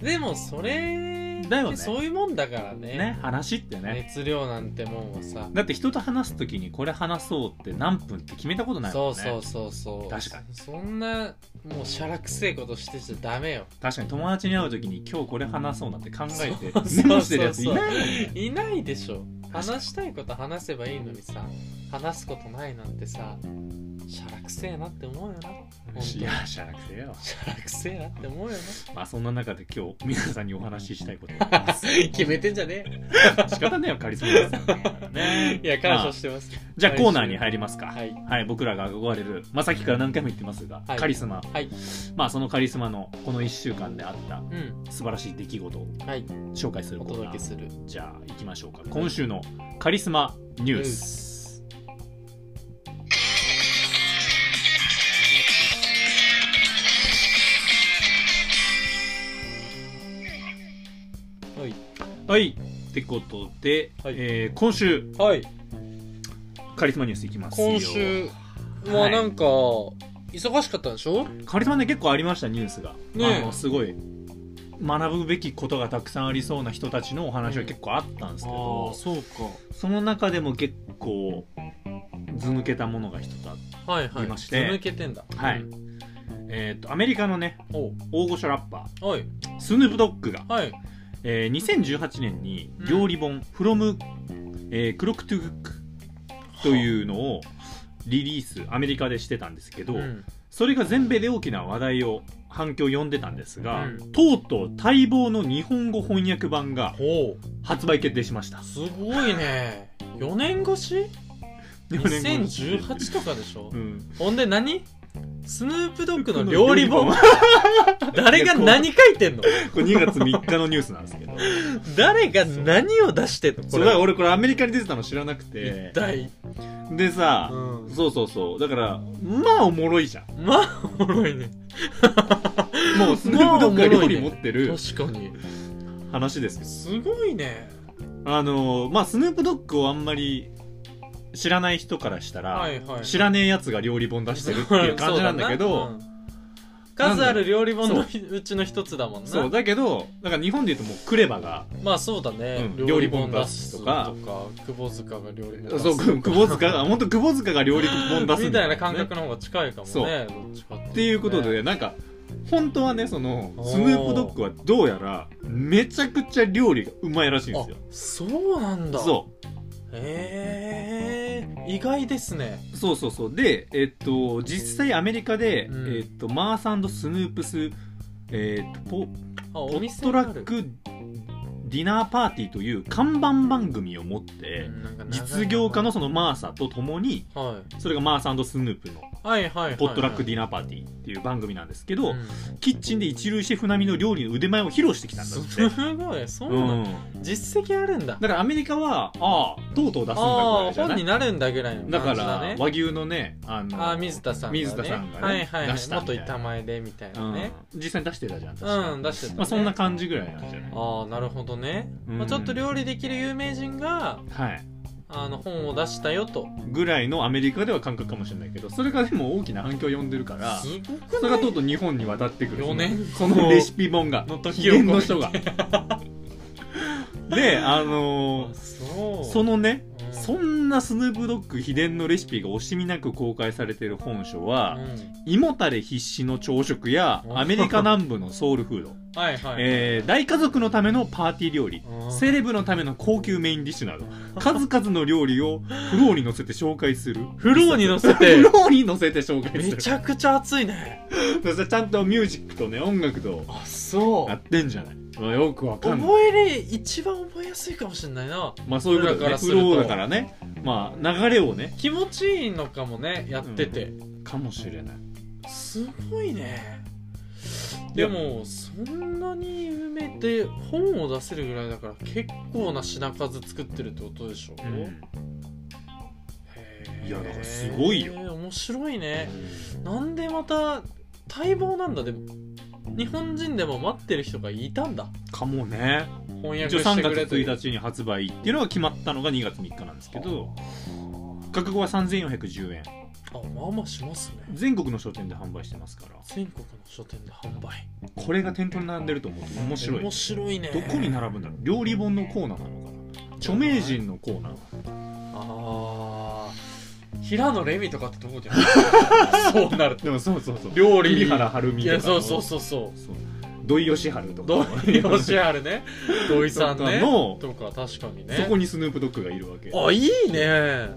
でもそれだよってねそういうもんだからねね話ってね熱量なんてもんはさ、だって人と話す時にこれ話そうって何分って決めたことないそもんうねそうそうそう確かにそんなもうしゃらくせえことしてちゃダメよ確かに友達に会う時に今日これ話そうなんて考えてそうそうそうメモしてるやついないもんねいないでしょ確かに話したいこと話せばいいのにさ話すことないなんてさしゃらくせえなって思うよな本当いやしゃなくてよしゃらくせえなって思うよ まあそんな中で今日皆さんにお話しした いことがあなりま決めてんじゃねす仕方ねえよカリスマですえね いや感ま謝あしてます、じゃあコーナーに入りますかははい、い僕らが憧れるまあさっきから何回も言ってますが、はいカリスマはいまあそのカリスマのこの1週間であったうん素晴らしい出来事をはい紹介するおコーナ届けーするじゃあ行きましょうか今週のカリスマニュースはいはいってことで、はいえー今週はいカリスマニュースいきますよ今週ははいなんか忙しかったんでしょカリスマね結構ありましたニュースが、ねえあのすごい学ぶべきことがたくさんありそうな人たちのお話は結構あったんですけど、そうその中でも結構図抜けたものが一つあって、かはいはいいましてず抜けてんだはいうんえー、とアメリカのねおう大御所ラッパはいースヌープドッグが、はいえー2018年に料理本「from、えークロックトゥグック」というのをリリースアメリカでしてたんですけど、うんそれが全米で大きな話題を反響を呼んでたんですが、うんとうとう待望の日本語翻訳版がほ発売決定しましたうすごいね4年 越し2018とかでしょ、うんほんで何スヌープドッグの料理本誰が何書いてんの これ2月3日のニュースなんですけど誰が何を出してんのそこれだかられ俺これアメリカに出てたの知らなくて一体、でさ、うんそうそうそうだからまあおもろいじゃんまあおもろいねもうスヌープまあドッグがおもろ料いね理持ってる確かに話ですよすごいねあのまあスヌープドッグをあんまり知らない人からしたら、はいはい知らねえやつが料理本出してるっていう感じなんだそけうどなうん数ある料理本のうちの一つだもんなそうだけどなんか日本で言うともうクレバがまあそうだね、うん料理本出すとか料理本出すとか窪塚が料理本出すそうく久保塚が本当久保塚が料理本出すみんだたよいねな感覚の方が近いかもそうねどっちかっていうとねっていうことでなんか本当はねそのおースヌープドッグはどうやらめちゃくちゃ料理がうまいらしいんですよあそうなんだそうへえ意外ですねうそうそうそうでえっと実際アメリカで、うんえっとマーサンドスヌープスえっとポあポおッ店トがラあッるクディナーパーティーという看板番組を持ってうんなんか長い実業家のそのマーサと共にはそれがマーサスヌープのいはいはいはいポットラックディィナーパーティーっていう番組なんですけど、キッチンで一流シェフ並みの料理の腕前を披露してきたんだって。すごいそううなんだ、ん、実績あるんだだからアメリカはああとうとう出すんだぐあらあいじゃ本なにいなるんだぐらいのだか感じだらね和牛のねあのあー水田さんが、ね、水田さんがねはいはい、はい出、したみ元たいないた前でみたいなねうん、実際に出してたじゃん確かうん、出してた、ねまあ、そんな感じぐらいなんじゃないああなるほどね、うんまあ、ちょっと料理できる有名人がはい、あの本を出したよとぐらいのアメリカでは感覚かもしれないけどそれがでも大きな反響を呼んでるからすごくないそれがとうとう日本に渡ってくる四年そのレシピ 本がの時秘を超えて伝の人がであのあーそうそのねうんそんなスヌープドッグ秘伝のレシピが惜しみなく公開されている本書は、うん胃もたれ必至の朝食やうんアメリカ南部のソウルフード、 はいはい、えー大家族のためのパーティー料理うんセレブのための高級メインディッシュなど数々の料理をフローに乗せて紹介するフローに乗せてフローに乗せて紹介すめるちゃくちゃ熱いねそしてちゃんとミュージックとね音楽とあそやってんじゃないまあよくわかんない覚えれ一番覚えやすいかもしれないなまあそういうこと俺らからねすフるとローだからねまあ流れをね気持ちいいのかもねやってて、かもしれないすごいねいでやもそんなに埋めて本を出せるぐらいだから結構な品数作ってるってことでしょ、へーいやだからすごいよ面白いねなんでまた待望なんだでも日本人でも待ってる人がいたんだかもね翻訳一応して3くれ月という1日に発売っていうのが決まったのが2月3日なんですけど価格は3410円あまあまあしますね全国の書店で販売してますから全国の書店で販売これが店頭に並んでると思うと面白い面白いねどこに並ぶんだろう料理本のコーナーなのかな著名人のコーナーあー平野レミとかってとこじゃないそうなるとでも そうそうそう料理栗原はるみいとかやのそうそうそうそうそう土井善晴 と土か井善晴ね土井さんねととか確かにねそこにスヌープドッグがいるわけあいいね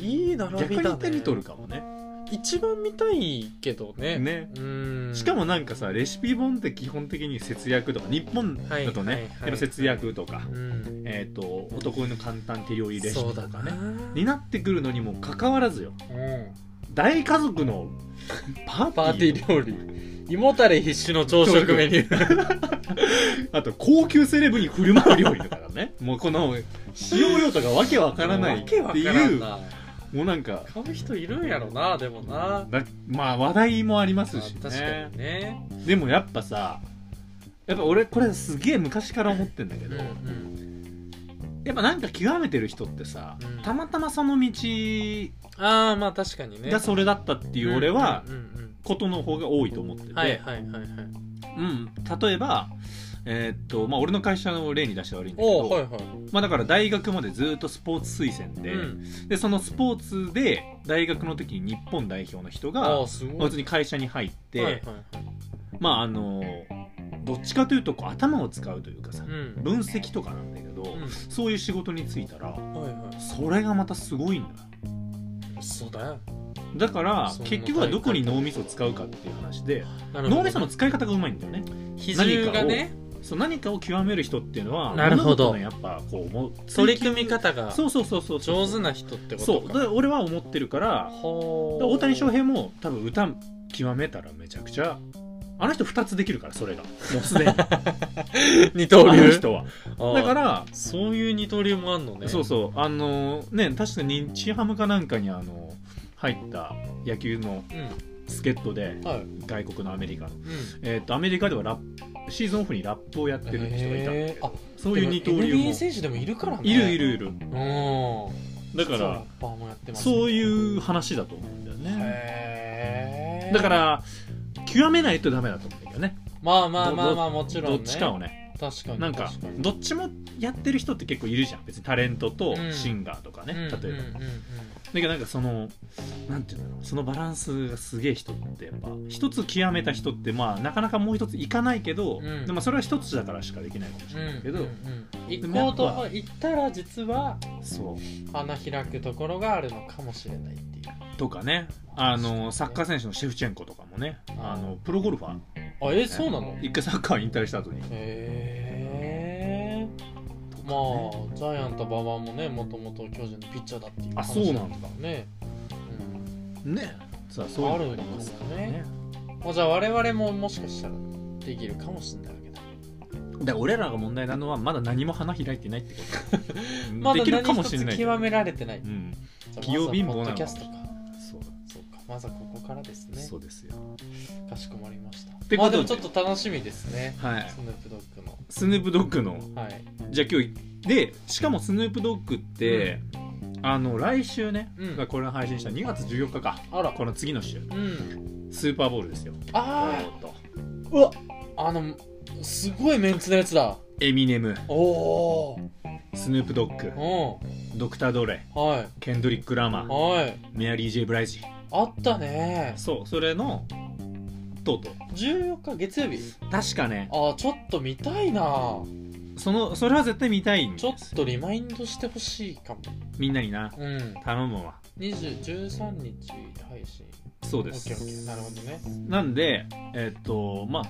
いい並逆びにだ、ね、手に取るかもね一番見たいけどねねうーんしかもなんかさレシピ本って基本的に節約とか日本だとね、はいはいはいやっぱ節約とか、うんえっ、と男の簡単手料理レシそピうだとかねねになってくるのにもかかわらずようん大家族のパーティーパーティー料理胃もたれ必至の朝食メニューあと高級セレブに振る舞う料理とかだね もうこの使用用途がわけわからないわってけわからいんうなもうなんか買う人いるんやろなでもなだまあ話題もありますし確かねにねでもやっぱさやっぱ俺これすげえ昔から思ってんだけうんど、うんやっぱなんか極めてる人ってさ、うんたまたまその道ああまあ確かにねがそれだったっていう俺はうんうんことの方が多いと思ってうて、んはいはいはいはいうん、例えば、えーっとまあ、俺の会社の例に出して悪いんだけおど、おはいはいまあ、だから大学までずっとスポーツ推薦で,、うんでそのスポーツで大学の時に日本代表の人あがあすごい普通に会社に入って、はいはいはいまああのどっちかというとこう頭を使うというかさ、うん分析とかなんだけど、うそういう仕事に就いたらんはいはそれがまたすごいんだよいそうだよだからそんな結局はどこに脳みそを使うかっていう話でなるほど脳みその使い方がうまいんだよね比重がねそう何かを極める人っていうのはなるほど物事のやっぱこう思う取り組み方がそうそうそうそう上手な人ってことそかうで俺は思ってるからほー大谷翔平も多分歌極めたらめちゃくちゃあの人2つできるからそれがもうすで にあ二刀の流人はだだからそういう二刀流もあんのねそうそうあのね確かに日ハムかなんかにあの入った野球のううん助っ人ではい外国のアメリカの、うんえー、とアメリカではラップシーズンオフにラップをやってる人がいたんだけへーあどそういう二刀流でもも NBA 選手でもいるからねいるいるいるうんだかそうラらッパーもやってますねそういう話だと思うんだよねへーだから極めないとダメだと思うんだけどねまあまあまあまあもちろんねどっちかをね確かになんか確にどっちもやってる人って結構いるじゃん別にタレントとうんシンガーとかうね、ん例えば、うんだうんうんけどなんかそのなんていうんだろうそのバランスがすげえ人ってやっぱ一つ極めた人ってまあなかなかもう一ついかないけど、うんでもそれは一つだからしかできないかもしれないけど、うんうんうんで行もやっこうぱと行ったら実はそう花開くところがあるのかもしれないっていうとかねあのサッカー選手のシェフチェンコとかもねあのプロゴルファー、ねあえそうなの一回サッカー引退した後にへえまあジャイアント馬場もねもともと巨人のピッチャーだっていうあそうなんだ話だからね、うんねさあそういうのがあるんですかねねまあ、じゃあ我々ももしかしたらできるかもしれないわけだだから俺らが問題なのはまだ何も花開いてないってこと まだできるか何も一しれなつい極められてない、うんじゃあ器用貧乏なまずはポッのドキャストかそうそうかまずはここからですねそうですよかしこまりましたてことでまあでもちょっと楽しみですねはいスヌープドッグのスヌープドッグのはいじゃあ今日でしかもスヌープドッグって、あの来週ね、うんがこれを配信した2月14日かあらこの次の週うんスーパーボールですよあおーっとあうわあのすごいメンツのやつだエミネムおおスヌープドッグうんドクター・ドレはいケンドリック・ラマーはいメアリー・ジェイ・ブライジあったねそうそれのとうとう14日月曜日確かねああちょっと見たいなそのそれは絶対見たいんでちょっとリマインドしてほしいかもみんなになうん頼むわ20 13日配信そうオでッケーオッケーすなるほどねなんでえっとまあ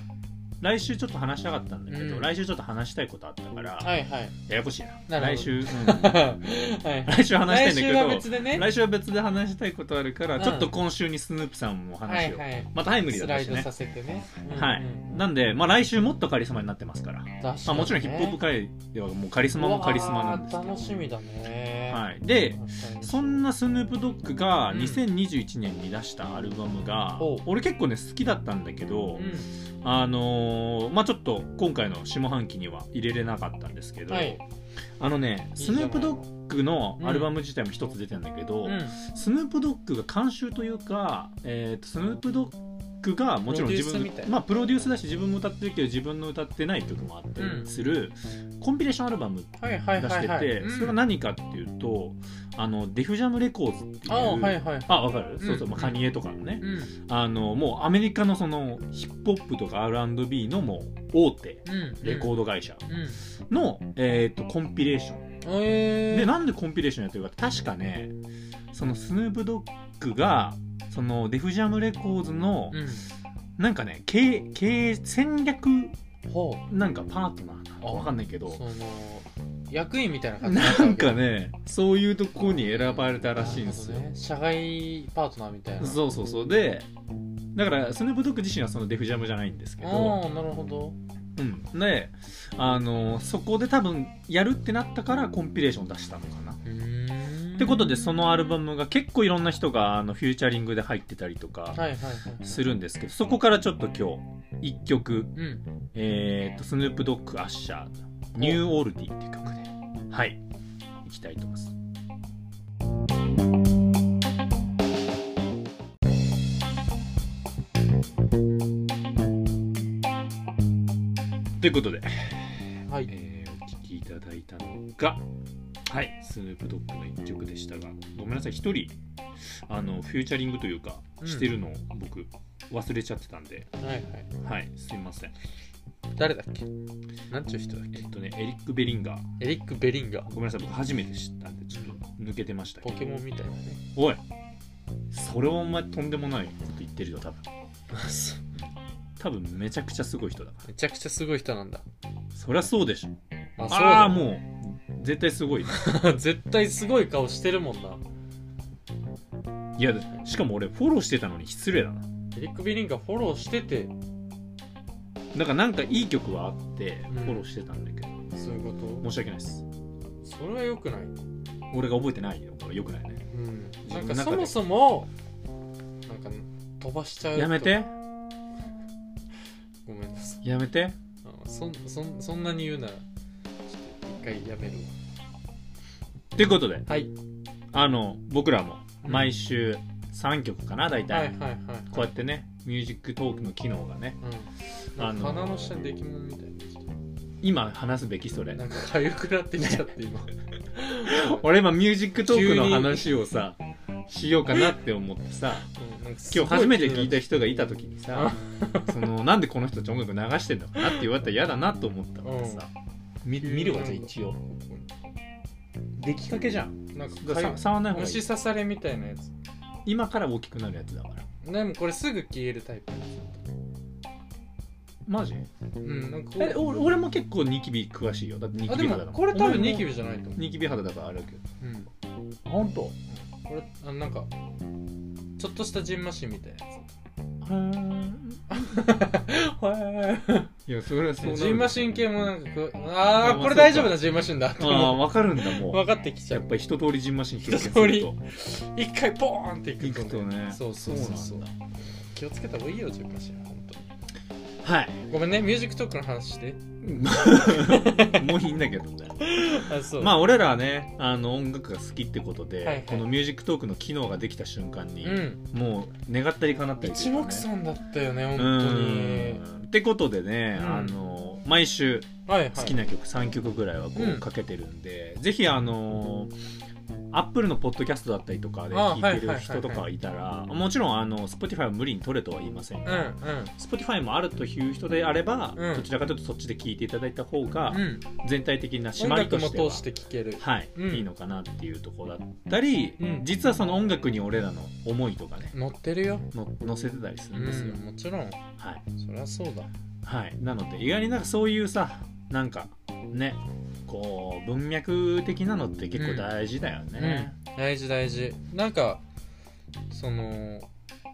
来週ちょっと話したかったんだけど、うん来週ちょっと話したいことあったから、はいはい。ややこしいななるほど来週、うんはい来週話来したい週んだはけど別でね。来週は別で話したいことあるから、うんちょっと今週にスヌープさんもは話いを、はい。まあタイムリーだスライったしドねさせてね。はいなんで、まあ、来週もっとカリスマになってますから、ままあ、もちろんヒップホップ界ではもうカリスマもカリスマなんですけど楽しみだね。はい、でいそんなスヌープドッグがうん2021年に出したアルバムが、おう俺結構ね好きだったんだけど、うあのーまあちょっと今回の下半期には入れれなかったんですけん。ど、はい。あのねいいスじゃなヌいープドッグのアルバム自体も一つ出てんだけど、うん。スヌープドッグが監修というか、えーとスヌープドッグがもちろん自プ分ロデュースみたいなまあ、プロデュースだし自分も歌ってるけど自分の歌ってない曲もあったうりんする、コンピレーションアルバムはいは出いしはてて、いはい。それは何かっていうとあのデフジャムレコーズっていうああ、はいはい。あわかる、うんそうそう、まあ、カニエとかのね、うん。あのもうアメリカのそのヒップホップとか R&B のもう大手うん。レコード会社うん。うん。の、えー、とコンピレーションえー。でなんでコンピレーションやってるかって確かねそのスヌープドッグがそのデフジャムレコーズのうなんかね経営経営戦略ん。ほう。なんかパートナーなのかあわかんないけどその、役員みたいな感じなんかねそういうとこに選ばれたらしいんですなよ、るほどね社外パートナーみたいな。そうそうそうでだからスヌープドッグ自身はそのデフジャムじゃないんですけど、ああ、なるほど。うん、であのそこで多分やるってなったからコンピレーション出したのかなうーんってことでそのアルバムが結構いろんな人があのフューチャリングで入ってたりとかはいはいはい。するんですけどそこからちょっと今日1曲、うん。えー、とスヌープ・ドッグ・アッシャー「ニュー・オールディ」っていう曲ではいいきたいと思います。ということで、はい。えーお聴きいただいたのが、はい、スヌープドッグの一曲でしたが、ごめんなさい、一人、あの、フューチャリングというか、うんしてるのを僕、忘れちゃってたんで、はいはい。はい、すいません。誰だっけなんちゅう人だっえっとね、エリック・ベリンガー、けエリック・ベリンガー。ごめんなさい、僕初めて知ったんで、ちょっと抜けてましたけポど、ケモンみたいなね。おい、それはお前、とんでもないこと言ってるよ、多分多分めちゃくちゃすごい人だかめちゃくちゃすごい人なんだ。ら。そりゃそうでしょ。あ、そうあだあー、もう、絶対すごい。 絶対すごい顔してるもんな。いや、しかも俺、フォローしてたのに失礼だな。エリック・ベリンガーフォローしてて、だからなんかいい曲はあってうんフォローしてたんだけど、そういうこ申し訳ないですとそれは良くない。俺が覚えてないよこれよくないねうん。なん自分の中かでそもそも、なんか飛ばしちゃうとやめてごめんなさい。やめてあそんそんそんなに言うなら、ちょっと一回やめるわ。ということではい。あの僕らも毎週3曲かな大体、はいはいはいはい。こうやってねミュージックトークの機能がねうん。なんかあの鼻の下に出来物みたいな人。今話すべきそれなんか痒くなってきちゃって 今。俺今ミュージックトークの話をさしようかなって思ってさ今日初めて聞いた人人がいた時にさそのなんでこの人たち音楽流してんのかなって言われたら嫌だなと思ったからさ、み見るわじゃあ一応出来かけじゃんなんかだからかさ触んないゆ方がいい虫刺されみたいなやつ今から大きくなるやつだからでもこれすぐ消えるタイプマジうんなんかこうえ俺俺も結構ニキビ詳しいよだってニあキでビ肌だももんこれ多分ニキビビじゃないと思う、ニキビ肌だからあるけどうん、本当これあなんかちょっとしたジンマシンみたいなやついやそれはそうなジンマシンン系もなんかこうああこれ大丈夫まだジンマシンだってああ思う分かるんだも分かってきうちゃやっうぱり一通りジンマシン経験す一通るりと一回ポーンっていいくくととねそうそうそうそうなんだ気をつけた方がいいよジンマシン本当 はいごめんねミュージックトークの話してもういいんだけどねあそうまあ俺らはねあの音楽が好きってことで、はいはいこのミュージックトークの機能ができた瞬間に、うんもう願ったりかなったりとい一うかね目散だったよね本当にうんってことでね、うんあの毎週はいはい好きな曲3曲ぐらいはこううんかけてるんで、ぜひあのアップルのポッドキャストだったりとかであ聞いてはいはいはいはるい人とかがいたらもちろんあの Spotify は無理に取れとは言いませんうんうが、Spotify もあるという人であれば、うんどちらかというとそっちで聞いていただいた方がんうん全体的な締音まり楽ともしては通して聴けるはい、うんいいのかなっていうところだったり、うん実はその音楽に俺らの思いとかね乗ってるよの載せてたりすうるんですよ、んもちろんはい、そりゃそうだはい、なので意外になんかそういうさなんかねこう文脈的なのって結構大事だよね、大事大事なんかその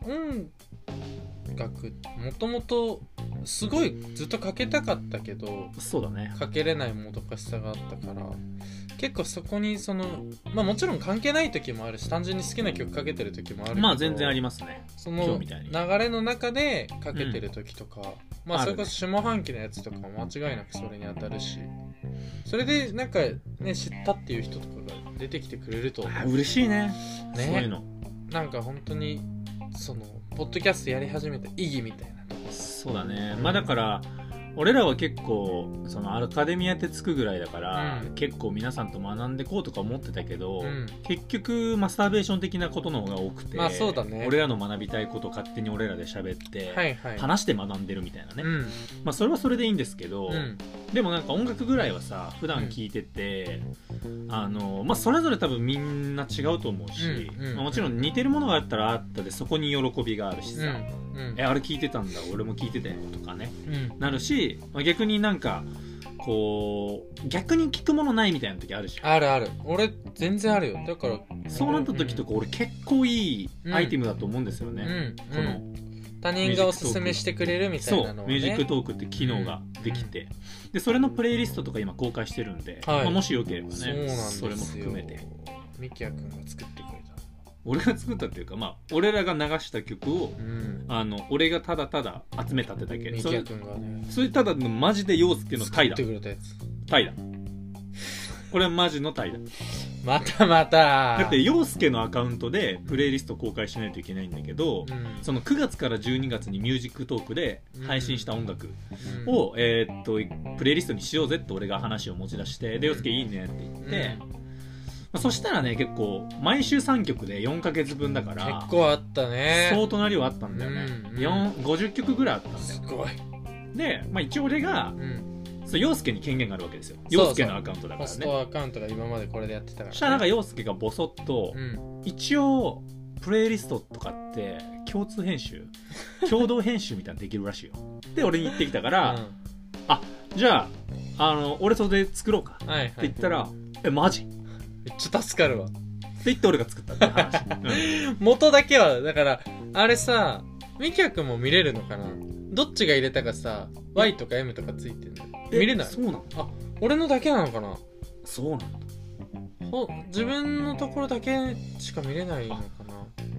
音楽もともとすごいずっとかけたかったけどそうだねかけれないもどかしさがあったから結構そこにそのまあもちろん関係ない時もあるし単純に好きな曲かけてる時もあるけどまあ全然ありますねその今日流みたいにれの中でかけてる時とか、まああそるれこそ下半期のやつとかも間違いなくそれに当たるしそれでなんかね知ったっていう人とかが出てきてくれるとあ嬉しいねねそういうのなんか本当にそのポッドキャストやり始めた意義みたいなとこそうだねまあだから俺らは結構そのアカデミアってつくぐらいだから、うん結構皆さんと学んでこうとか思ってたけど、うん結局マスターベーション的なことの方が多くて、まあそうだね俺らの学びたいこと勝手に俺らで喋って、はいはい話して学んでるみたいなね、うんまあそれはそれでいいんですけど、うんでもなんか音楽ぐらいはさ普段聴いてて、あのまあ、それぞれ多分みんな違うと思うし、うんうんまあもちろん似てるものがあったらあったでそこに喜びがあるしうさ、んうんえあれ聴いてたんだ俺も聴いてたよとかねうんなるし、まあ、逆になんかこう逆に聞くものないみたいな時あるじゃんあるある俺全然あるよだからそうなった時とか俺結構いいアイテムだと思うんですようん、ね、うんこの他人がおすすめしてくれるみたそいうなのは、ね、ミュージックトークって機能ができて、でそれのプレイリストとか今公開してるんで、はいまあもしよければねそうなんですよそれも含めてミキヤ君が作ってくれた俺が作ったっていうかまあ俺らが流した曲をうんあの俺がただただ集めたってだけミそキヤれ君がねそれただのマジで陽介のタイだ作ってくれたやつタイだこれはマジのタイだまたまただって陽介のアカウントでプレイリスト公開しないといけないんだけど、うんその9月から12月に「ミュージックトークで配信した音楽うんを、えーっとプレイリストにしようぜって俺が話を持ち出してで陽介いいねって言って、まあそしたらね結構毎週3曲で4ヶ月分だから結構あったね相当な量あったんだよね、うん四50曲ぐらいあったんだよすごい、で、まあ、一応俺がうん、そう陽介に権限があるわけですよそうそう陽介のアカウントだかホらスねトアカウントが今までこれでやってたから、ね、そしたらなんか陽介がボソッと、うん一応プレイリストとかって共通 編集共同編集みたいなのできるらしいよで俺に言ってきたから、じゃああの俺それで作ろうかうっん、はいては言いったら、えマジってめっちゃ助かるわ言って俺が作ったって 話、うん元だけはだからあれさミキヤ君も見れるのかなどっちが入れたかさ Y とか M とかついてるのえ見れないそうなの俺のだけなのかなそうなのほ自分のところだけしか見れないのかな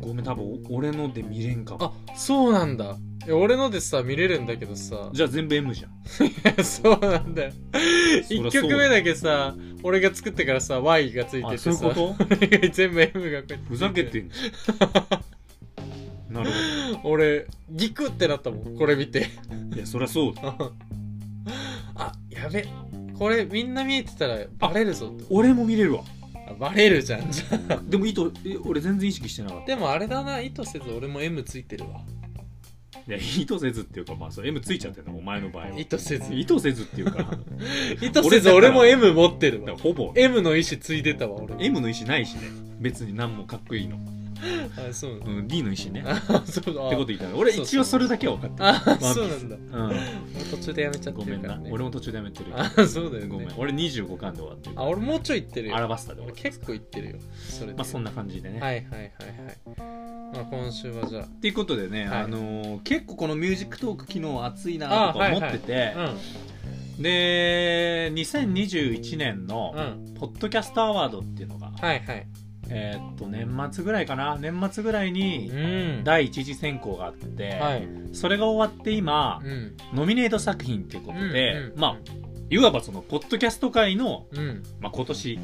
ごめん多分俺ので見れんかもあそうなんだいや俺のでさ見れるんだけどさじゃあ全部 M じゃんそうなんだよそり1ゃそう曲目だけさ俺が作ってからさ Y がついててあさそういうこと 全部 M がこうやってふざけてんじゃん なる俺ギクってなったもんこれ見て ほどいやそりゃそうだあやべこれみんな見えてたらバレるぞと俺も見れるわあバレるじゃん じゃんでも意図え俺全然意識してなかったでもあれだな意図せず俺も M ついてるわいや意図せずっていうかまあそう M ついちゃってんのお前の場合は意図せず意図せずっていうかだ か意図せず俺も M 持ってるらわほぼ M の意思ついてたわ俺 M の意思ないしね別に何もかっこいいの、あそうな んだうん、D の意思ねってあそうだこと言ったら俺一応それだけは分かった、あワンピースそうなんだうもう途中でやめちゃっん、ごてめるんからな、ね俺も途中でやめてるあそうだよねごめん俺25巻で終わってるあ俺もうちょい行ってるアラよバスタで終わ俺って結構行ってるよそれでまあそんな感じでね、はいはいはいはいまあ今週はじゃっていうことでね、はいあのー結構この「ミュージックトーク」機能熱いなとか思ってて、あで2021年のうんうんポッドキャストアワードっていうのが、はいはいえーっと年末ぐらいかな年末ぐらいにうん第一次選考があって、はいそれが終わって今、うんノミネート作品っていうことで、うんうんまあいわばそのポッドキャスト界の、うんまあ、今年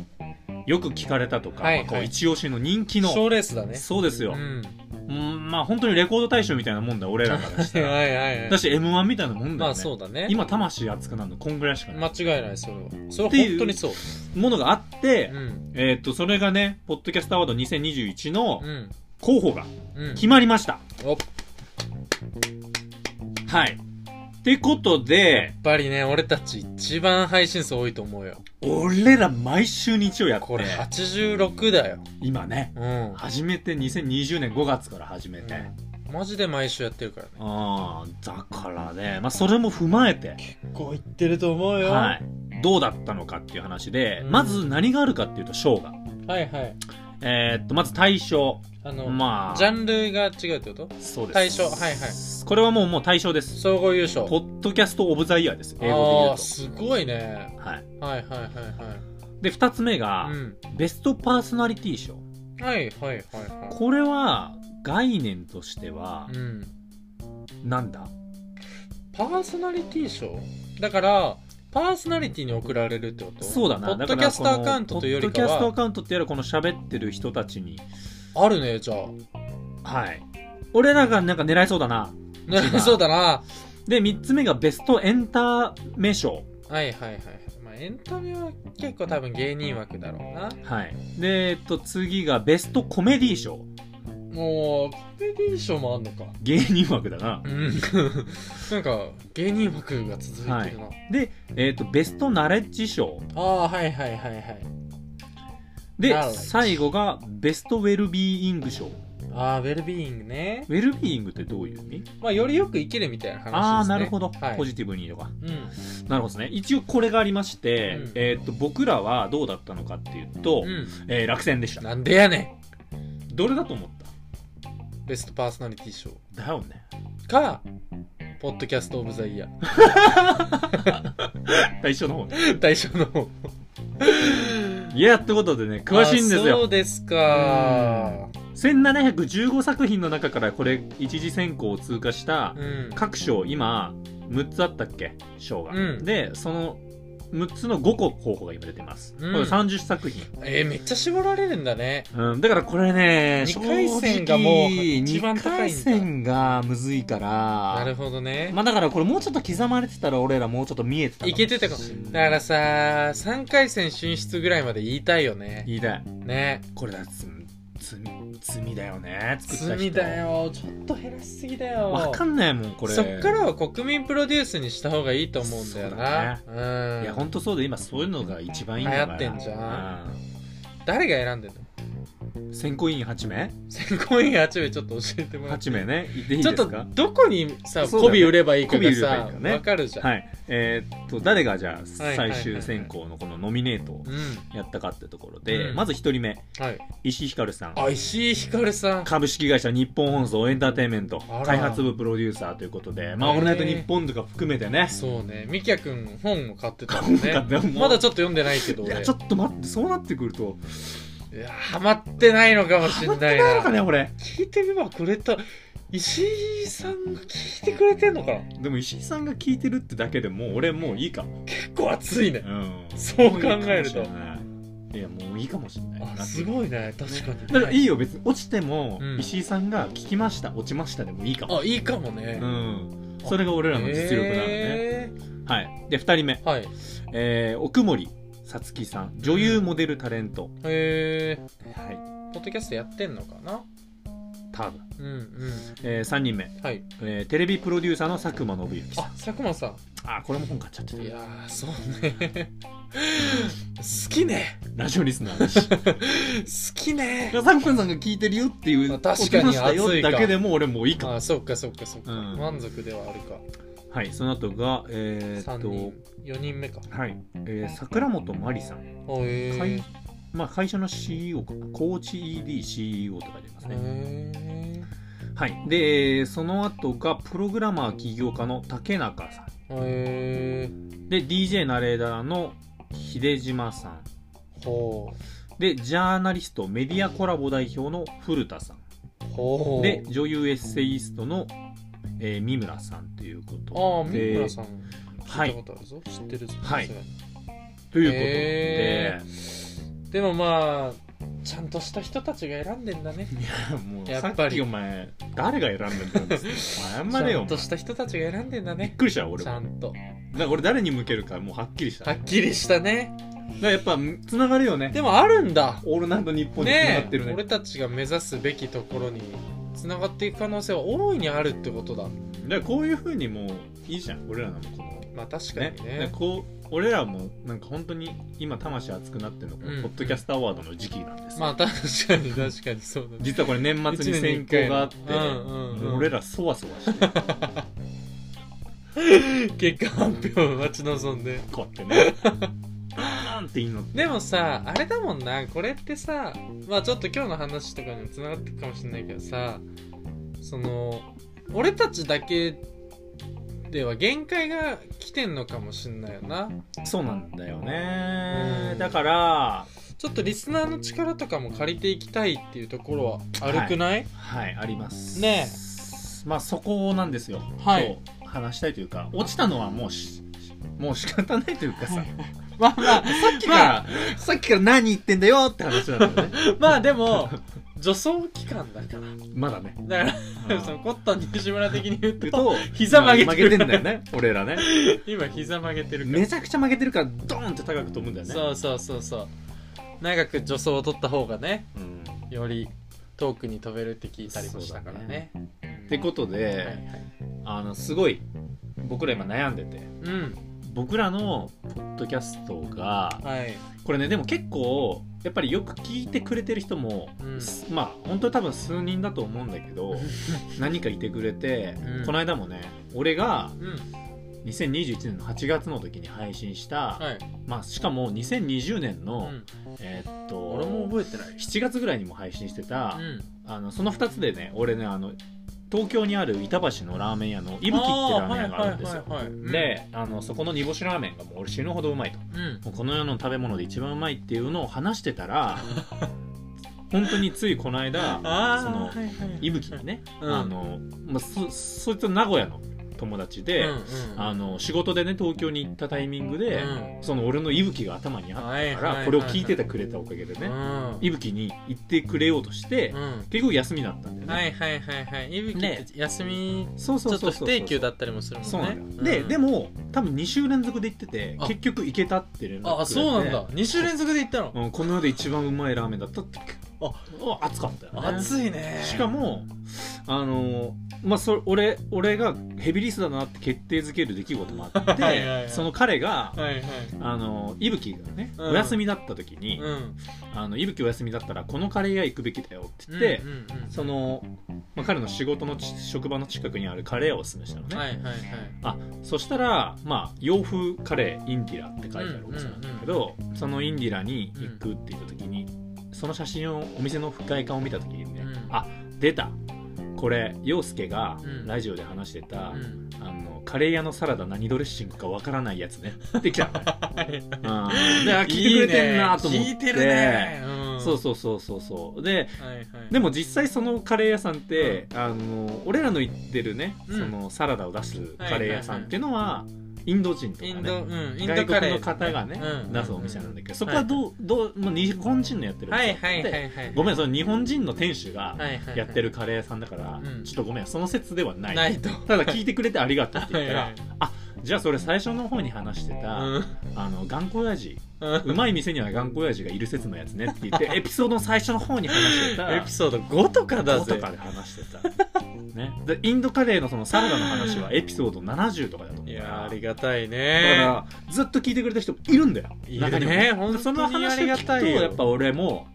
よく聞かれたとか、はいまあこうはい一押しの人気の、賞レースだねそうですよ、うんうんまあ本当にレコード大賞みたいなもんだ俺らからした はいらはいはいだし m 1みたいなもんだよね、まあそうだね今魂熱くなるのこんぐらいしかない間違いないそれはそれっていはう本当にそうものがあって、うんえーっとそれがねポッドキャストアワード2021のうん候補がうん決まりました、おやっはいってことでぱりね俺たち一番配信数多いと思うよ俺ら毎週日曜やってこれ86だよ今ねうん初めて2020年5月から始めて、うんマジで毎週やってるからねああだからね、まあ、それも踏まえて、こう言ってると思うよははいい、どうだったのかっていう話で、うんまず何があるかっていうと賞が、はいえーっとまず大賞あのまあジャンルが違うってことそうです大賞はいはいこれはもうもう大賞です総合優勝ポッドキャスト・オブ・ザ・イヤーです英あ語あすごいねで言うと、はい、はいはいはいで2つ目が、はいうんベストパーソナリティ賞はいはいはいは、これは概念としてはいうん、なんだパーソナリティ賞だからパーソナリティに送られるってことそうだなポッドキャストアカウントというよりかだからこのポッドキャストアはカウントってやるこの喋ってる人たちにあるねじゃあはい俺らがなんか狙いそうだな 違うそうだなで3つ目がベストエンタメ賞はいはいはいまあエンタメは結構多分芸人枠だろうなはいでえっと次がベストコメディ賞もうコメディ賞もあんのか芸人枠だなうん なんか芸人枠が続いてるな、で、えっとベストナレッジ賞ああはいはいはいはいでナレッジ最後がベストウェルビーイング賞ああウェルビーイングねウェルビーイングってどういう意味まあよりよく生きるみたいな話ですねああなるほど、はいポジティブにとかうんなるほどですね一応これがありまして、うんえーっと僕らはどうだったのかっていうと、うんえー落選でしたなんでやねどれだと思っんベストパーソナリティ賞ただよねかポッドキャスト・オブ・ザ・イヤ ー大賞の方ね大賞の方いやってことでね詳しいんですあそようですか1715作品の中からこれ一次選考を通過したうん各賞今6つあったっけ賞が、うんでその6つの5個候補が今出てます、うんこれ30作品、えー、めっちゃ絞られるんだねうん、だからこれね二回戦がもう一番高いんだ2回戦がむずいからなるほどね、まあだからこれもうちょっと刻まれてたら俺らもうちょっと見えてたいけてたかもだからさ3回戦進出ぐらいまで言いたいよね言いたいねこれだ罪罪罪だよね作った人罪だよちょっと減らしすぎだよわかんないもんこれそっからは国民プロデュースにした方がいいと思うんだよなそういやん本当そうで今そういうのが一番いいんだから流行ってんじゃ誰が選んでんの うん選考委員8名選考委員8名ちょっと教えてもらって8名ねいていいちでょっすとかどこにさそうだね媚び売ればいいかが媚び売ればいいさか分ねかるじゃん、はいえーっと誰がじゃあはいはい最終選考のこのノミネートをうんやったかってところで、うんまず1人目はい、石井ひかるさんあ石井ひかるさん株式会社日本放送エンターテインメントあら開発部プロデューサーということで「まへあ、ーオールナイトニッポン」とか含めてねそうねみきやくん本も買ってたもん買っねてたもうまだちょっと読んでないけどい俺やちょっと待ってそうなってくるといやハマってないのかもしんハマなっいてなないのかね俺聞いてみばくれた石井さんが聞いてくれてんのかなでも石井さんが聞いてるってだけでもう俺もういいかも、結構熱いねうんそう考えるといいかもしれないいやもういいかもしれないあすごいね確かに、だからいいよ別に落ちても、うん石井さんが「聞きました落ちました」でもいいかもあいいかもね、うんそれが俺らの実力なのね、へはいで2人目ーはいえー、奥森さつきさん女優モデルタレント、えはいー、ポッドキャストやってんのかな多分、うんうんえー、3人目、はいえーテレビプロデューサーの佐久間信之さんあ佐久間さあこれも本買っちゃってんたいやーそうね好きねラジオリスナーだ し好きね佐久間さんが聞いてるよっていうまあ確かに落ちましたよ熱いかだけでも俺もういいかもあそっかそっかそっか、うん満足ではあるか、はいその後がえー、三っ人と4人目かはい、えー、桜本麻里さん、あへ会ーまあ、会社の CEO かなコーチ EDCEO と書いてありますね、へはいでえーその後がプログラマー起業家の竹中さんーへーで DJ ナレーダーの秀島さんほでジャーナリストメディアコラボ代表の古田さんうほうで女優エッセイストの、えー三村さんというこあとあで三村さんは聞いたいことあるぞ、知ってるぞはいさすがにということで、へーでもまあちゃんとした人たちが選んでんだねいやもうやっさぱりっきお前誰が選んでんだよっつ って謝れちよゃおん前とした人たちが選んでんだびっねくりした俺ちもゃだかんとら俺誰に向けるかもうはっきりしたはだかっきりしたねらやっぱつながるよねでもあるんだオールナイト日本につながねってえるね俺たちが目指すべきところにつながっていく可能性は大いにあるってことだだからこういうふうにもういいじゃん俺らのこのまあ確かねにだからねこう俺らもなんか本当に今魂熱くなってるのこのうんポッドキャストアワードの時期なんですよ、まあ確かに確かにそうだね実はこれ年末に選挙があって一、年に一回のうんうんうん俺らそわそわしてる結果発表を待ち望んでこうやってねなんていいのでもさあれだもんなこれってさまあちょっと今日の話とかにもつながってくかもしれないけどさその俺たちだけでは限界が来てんのかもしんないよなそうなんだよねうんだからちょっとリスナーの力とかも借りていきたいっていうところはあるくない、はいありますねまあそこなんですよ、はい今日話したいというか落ちたのはもうしもう仕方ないというかさ、はいさまあまあっきから、さっきから何言ってんだよって話なんだよね まあでも助走期間だからまだねだからそのコットン西村的に言う言 うとと膝曲げてるんだよね俺らね今膝曲げてるからめちゃくちゃ曲げてるからドーンって高く飛ぶんだよねそうそうそうそう長く助走を取った方がねうんより遠くに飛べるって聞いたりもしたからねってことで、はいはいあのすごい僕ら今悩んでてうん僕らのポッドキャストがはいこれねでも結構やっぱりよく聞いてくれてる人も、うんすまあ本当に多分数人だと思うんだけ ど何人かいてくれて、うんこの間もね俺がうん2021年の8月の時に配信した、はいまあ、しかも2020年うの、んえーっと俺も覚えてない7月ぐらいにも配信してた、うんあのその2つでね俺ねあの東京にある板橋のラーメン屋のいぶきってラーメン屋があるんですよあーはいはいはいはいうんであのそこの煮干しラーメンがもう俺死ぬほどうまいとうんもうこの世の食べ物で一番うまいっていうのを話して たら本当についこの間そのはいはいいぶきにね、うんあのまあ、そそいつ名古屋の友達うんで、うんあの仕事でね東京に行ったタイミングで、うんその俺のいぶきが頭にあはいったはいかはらいこれを聞いててくれたおかげでうねんいぶきに行ってくれようとして、うん結局休みだったんだよね、はいはいはいはいいぶきってね休みそうちそょうっそとうそ不う定休だったりもするもんねそうなんだよ、ででもも多分2週連続で行っててあ結局行けたって連絡くれてあそうなんだ2週連続で行ったのうん、この世で一番うまいラーメンだったってああ暑かったよね暑いねしかもあのまあそ俺俺がヘビーリスだなって決定づける出来事もあってはいはいはいその彼がはいはいあのいぶきがね、うんお休みだった時に、うんあの「いぶきお休みだったらこのカレー屋行くべきだよ」って言って、うんうんうんその、まあ、彼の仕事のち職場の近くにあるカレー屋をおすすめしたのね、はいはいはいあそしたら、まあ、洋風カレーインディラって書いてあるお店なんだけど、そのインディラに行くって言った時に、その写真をお店の外観を見た時にね、うんあ出たこれ陽介がうんラジオで話してた、うんあのカレー屋のサラダ何ドレッシングかわからないやつ ねってきたのねうん であ聞いてくれてんなと思っていいね聞いてるね、うん、そうそうそうそうそうではいはいでも実際そのカレー屋さんって、あの俺らの行ってるね、うんそのサラダを出すカレー屋さんっていうのはインド人とかイねンド、うんイン外ドカ国レーの方がね、うん出すお店なんだけど、そこははいどう、どう、まあ、日本人のやってるおは店いで、はいはいはいごめんその日本人の店主がはいはいはいやってるカレー屋さんだから、うんちょっとごめんその説ではないないとただ聞いてくれてありがとうって言ったら、はいじゃあそれ最初の方に話してた、はいあの頑固親父うんうまい店には頑固親父がいる説のやつねって言ってエピソードの最初の方に話してた エピソード5とかだ5ぜとかで話してた、 ね、でインドカレーのそのサラダの話はエピソード70とかだと思ういからやーありがたいだかねらずっと聞いてくれた人もいるんだよい中るにもね本その当にあ話りをが聞くたといよやっぱ俺も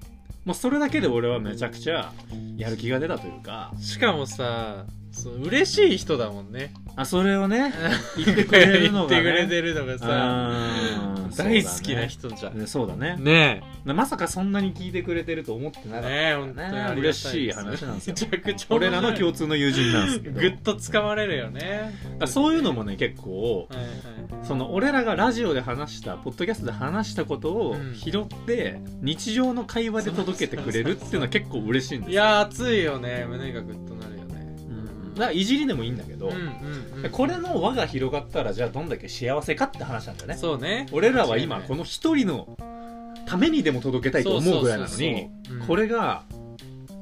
もうそれだけで俺はめちゃくちゃやる気が出たというかしかもさそう嬉しい人だもんねあそれを ね言ってくれる言のっが、ね、てくれてるのがさうん大好きな人じゃんねそうだねそうだねねまさかそんなに聞いてくれてると思ってなかった、ね本当にありがたいです嬉しい話なんですよめちゃくちゃ面白い俺らの共通の友人なんです けどぐっとつかまれるよねだからそういうのもね結構はいはいその俺らがラジオで話したポッドキャストで話したことをうん拾って日常の会話で届けてくれるっていうのは結構嬉しいんですいよやー熱いよね胸がぐっとなるよねうんだからいじりでもいいんだけど、うんうんこれの輪が広がったらじゃあどんだけ幸せかって話なんだよねそうね俺らは今この一人のためにでも届けたいと思うぐらいなのにそうそうそうそうこ、れが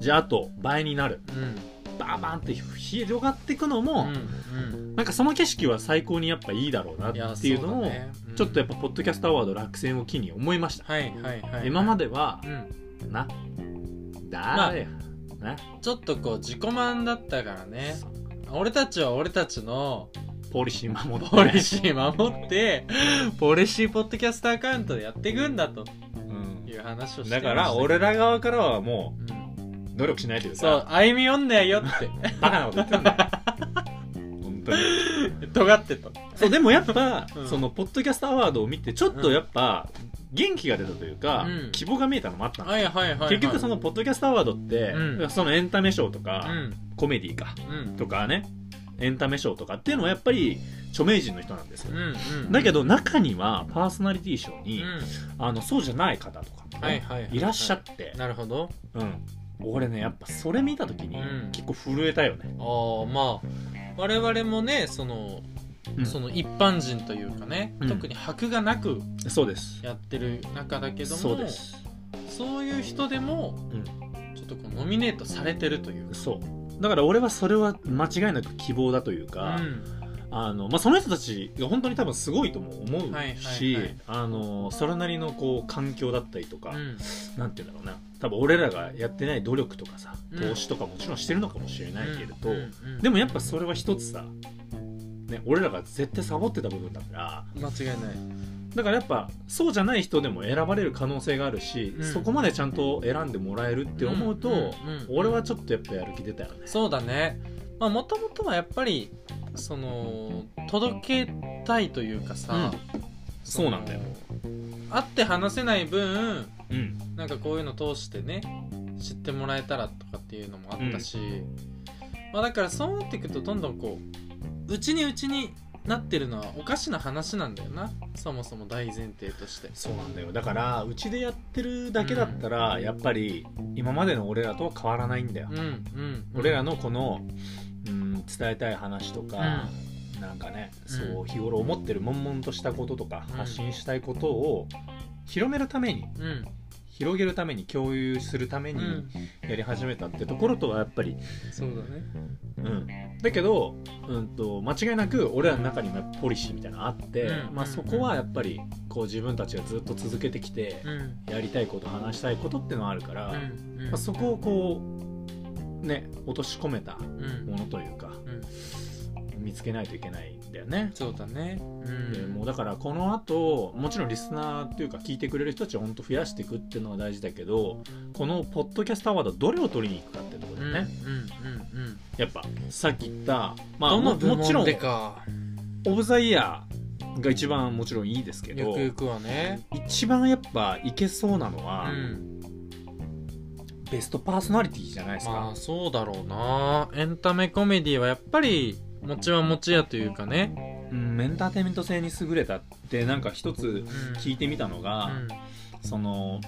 じゃああと倍になるうんうんバーバーンって広がっていくのも、うんなんかその景色は最高にやっぱいいだろうなうん、やっていうのそをだねうんちょっとやっぱポッドキャストアワード落選を機に思いました、はいはいはい今まで、ではうん、な誰や、なちょっとこう自己満だったからね俺たちは俺たちのポリシー守ってポリシー守ってポリシーポッドキャストアカウントでやっていくんだとうんいう話をしてましただから俺ら側からはもうんう努力しないというそうか歩み読んだよって バカなこと言ってんだよ 本当に尖ってとそうでもやっぱ、うんそのポッドキャストアワードを見てちょっとやっぱ元気が出たというか、うん希望が見えたのもあったの、はいはいはい、はい、結局そのポッドキャストアワードって、うんそのエンタメ賞とうか、んコメディかうんとかねエンタメ賞とかっていうのはやっぱり著名人の人なんですよ、うんうんだけど中にはパーソナリティ賞うんに、あのそうじゃない方とかもね、はいはいはいはいらっしゃって、なるほどうん、俺ねやっぱそれ見た時にうん結構震えたよね、ああまあ我々もねそのうんそその一般人というかね、うん特に箔がなくうですやってる中だけどもそうですそういう人でも、うんちょっとこうノミネートされてるというそうだから俺はそれは間違いなく希望だというか、うんあのまあ、その人たちが本当に多分すごいとも思うし、はいはいはいあのそれなりのこう環境だったりとか、うんなんていうんだろうな多分俺らがやってない努力とかさうん投資とかもちろんしてるのかもしれないけれど、うんうんでもやっぱそれは一つさ、ね、俺らが絶対サボってた部分だから間違いないだからやっぱそうじゃない人でも選ばれる可能性があるし、うんそこまでちゃんと選んでもらえるって思うと、んんうん俺はちょっとやっぱやる気出たよね。そうだねまあもともとはやっぱりその届けたいというかさ、そうなんだよその会って話せない分うんなんかこういうの通してね知ってもらえたらとかっていうのもあったし、まあ、だからそうなっていくとどんどんこううちにうちになってるのはおかしな話なんだよなそもそも大前提としてそうなんだよだからうちでやってるだけだったら、やっぱり今までの俺らとは変わらないんだようん、うん俺らのこの、うん、伝えたい話とか、なんかね、うそんう日頃思ってる悶々としたこととかうん発信したいことを広めるためにうん広げるために共有するためうにんやり始めたってところとはやっぱり、そうだねうん、だけど、うん、と間違いなく俺らの中にもやっぱポリシーみたいなのあって、うんまあ、そこはやっぱりこう自分たちがずっと続けてきてう、んやりたいこと話したいことってのはあるから、うまんうんあ、そこをこうね落とし込めたうんものというかうん見つけないといけないんだよね。そうだねうでんもうだからこの後もちろんリスナーというか聞いてくれる人たちを本当増やしていくっていうのは大事だけどこのポッドキャストアワードどれを取りに行くかってとこうろんうんだうんよね、うんやっぱさっき言った、まあ、どのも部もちろ門んでかオブ・ザ・イヤーが一番もちろんいいですけゆどくゆくはね一番やっぱいけそうなのうは、んベストパーソナリティじゃないですか、まあそうだろうなエンタメコメディはやっぱり持ちは持ちやというかねうん、エンターテインメント性に優れたってなんか一つ聞いてみたのたが、その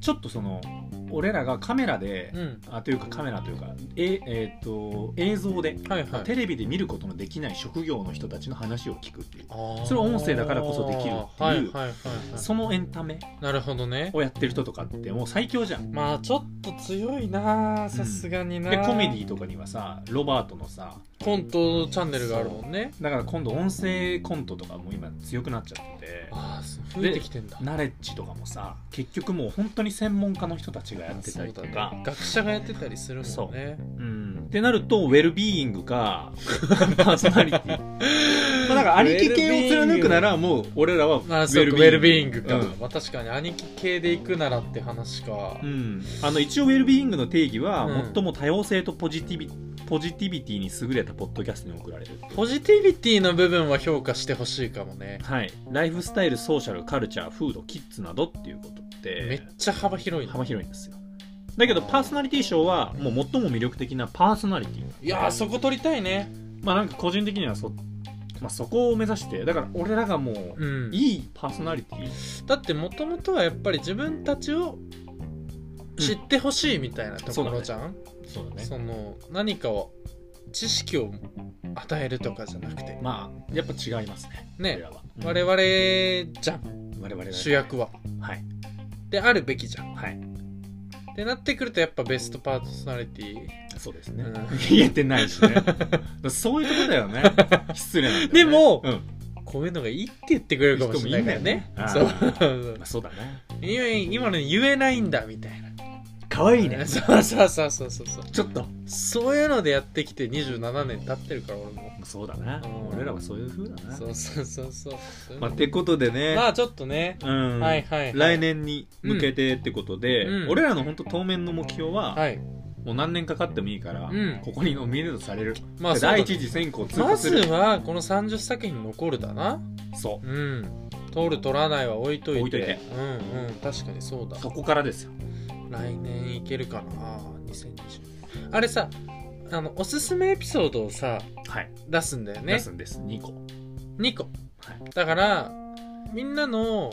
ちょっとその俺らがカメラで、うん、あというかカメラというかえ、えー、と映像で、はいはいテレビで見ることのできない職業の人たちの話を聞くっていうそそれは音声だからこそできるっていうはいはいはいはいそのエンタメなるほどねをやってる人とかってもう最強じゃんまあちょっと強いなさすがになでコメディとかにはさロバートのさコントチャンネルがあるもんねだから今度音声コントとかも今強くなっちゃっててああそう増えてきてんだナレッジとかもさ結局もう本当に専門家の人たちがやってたりとそうだかね学者がやってたりするもんねうんってなるとウェルビーイングか パーソナリティまあだから兄貴系を貫くならもう俺らはウまあそうかウェルビーイングか、まあ、確かに兄貴系で行くならって話かうん、うんあの一応ウェルビーイングの定義は、うん最も多様性とポジティビポジティビティに優れたポッドキャストに送られるポジティビティの部分は評価してほしいかもねはいライフスタイルソーシャルカルチャーフードキッズなどっていうことってめっちゃ幅広いな幅広いんですよだけどパーソナリティ賞はもう最も魅力的なパーソナリティいやーそこ取りたいねまあなんか個人的にはそ,、まあ、そこを目指してだから俺らがもううんいいパーソナリティだってもともとはやっぱり自分たちを知ってほしいみたいなところじゃん、そうだその何かを知識を与えるとかじゃなくてまあやっぱ違いますねね我々は、うん我々じゃん我々だね主役ははいであるべきじゃん。はいってなってくるとやっぱベストパーソナリティそうですね、うん 言えてないしね だからそういうとこだよね失礼なんだよねでもうんこういうのがいいって言ってくれるかもしれないからね。人そうもいいんだよねそうまあ、そうだね今今の言えないんだみたいな。可愛いそうそうそうそうそうそう。ちょっとそういうのでやってきて27年経ってるから俺も。そうだな、うん俺らはそういう風だなそうそうそうそう。そういうまのあ、ってことでね、まあちょっとね。うんはいはいはい。 来年に向けてってことで、うんうん俺らの本当当面の目標は、はい。もう何年かかってもいいから、うんここにノミネートされる、まあそうだ第一次選考通ま過ずする、はこの30作品残るだな。そうん。取る取らないは置いといて。置いといてうんうん。確かにそうだう。そこからですよ来年いけるかな。2020あれさ、あの、おすすめエピソードをさ、はい、出すんだよね出。すんです2個2個。はいだから、みんなの、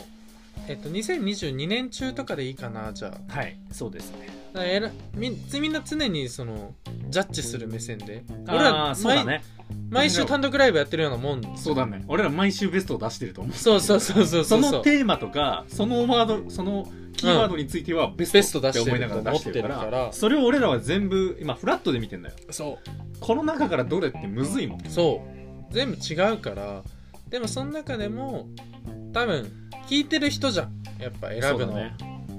えっと、2022年中とかでいいかな、じゃあ。はいそうですねだからえらみみんな常にそのジャッジする目線で俺ああはーそうだ毎,、ね毎週単独ライブやってるようなもんそうだね俺ら毎週ベストを出してると思うそうそうそうそうそうのテーマとかそのワードそのキーワードについてはベベスストトっ出てし思ているながとら出思っしててるるかかららそれを俺らは全部今フラットで見てんだよそこの中からどれってむずいもんうそう全部違うからでもその中でも多分聞いてる人じゃんやっぱ選ぶの、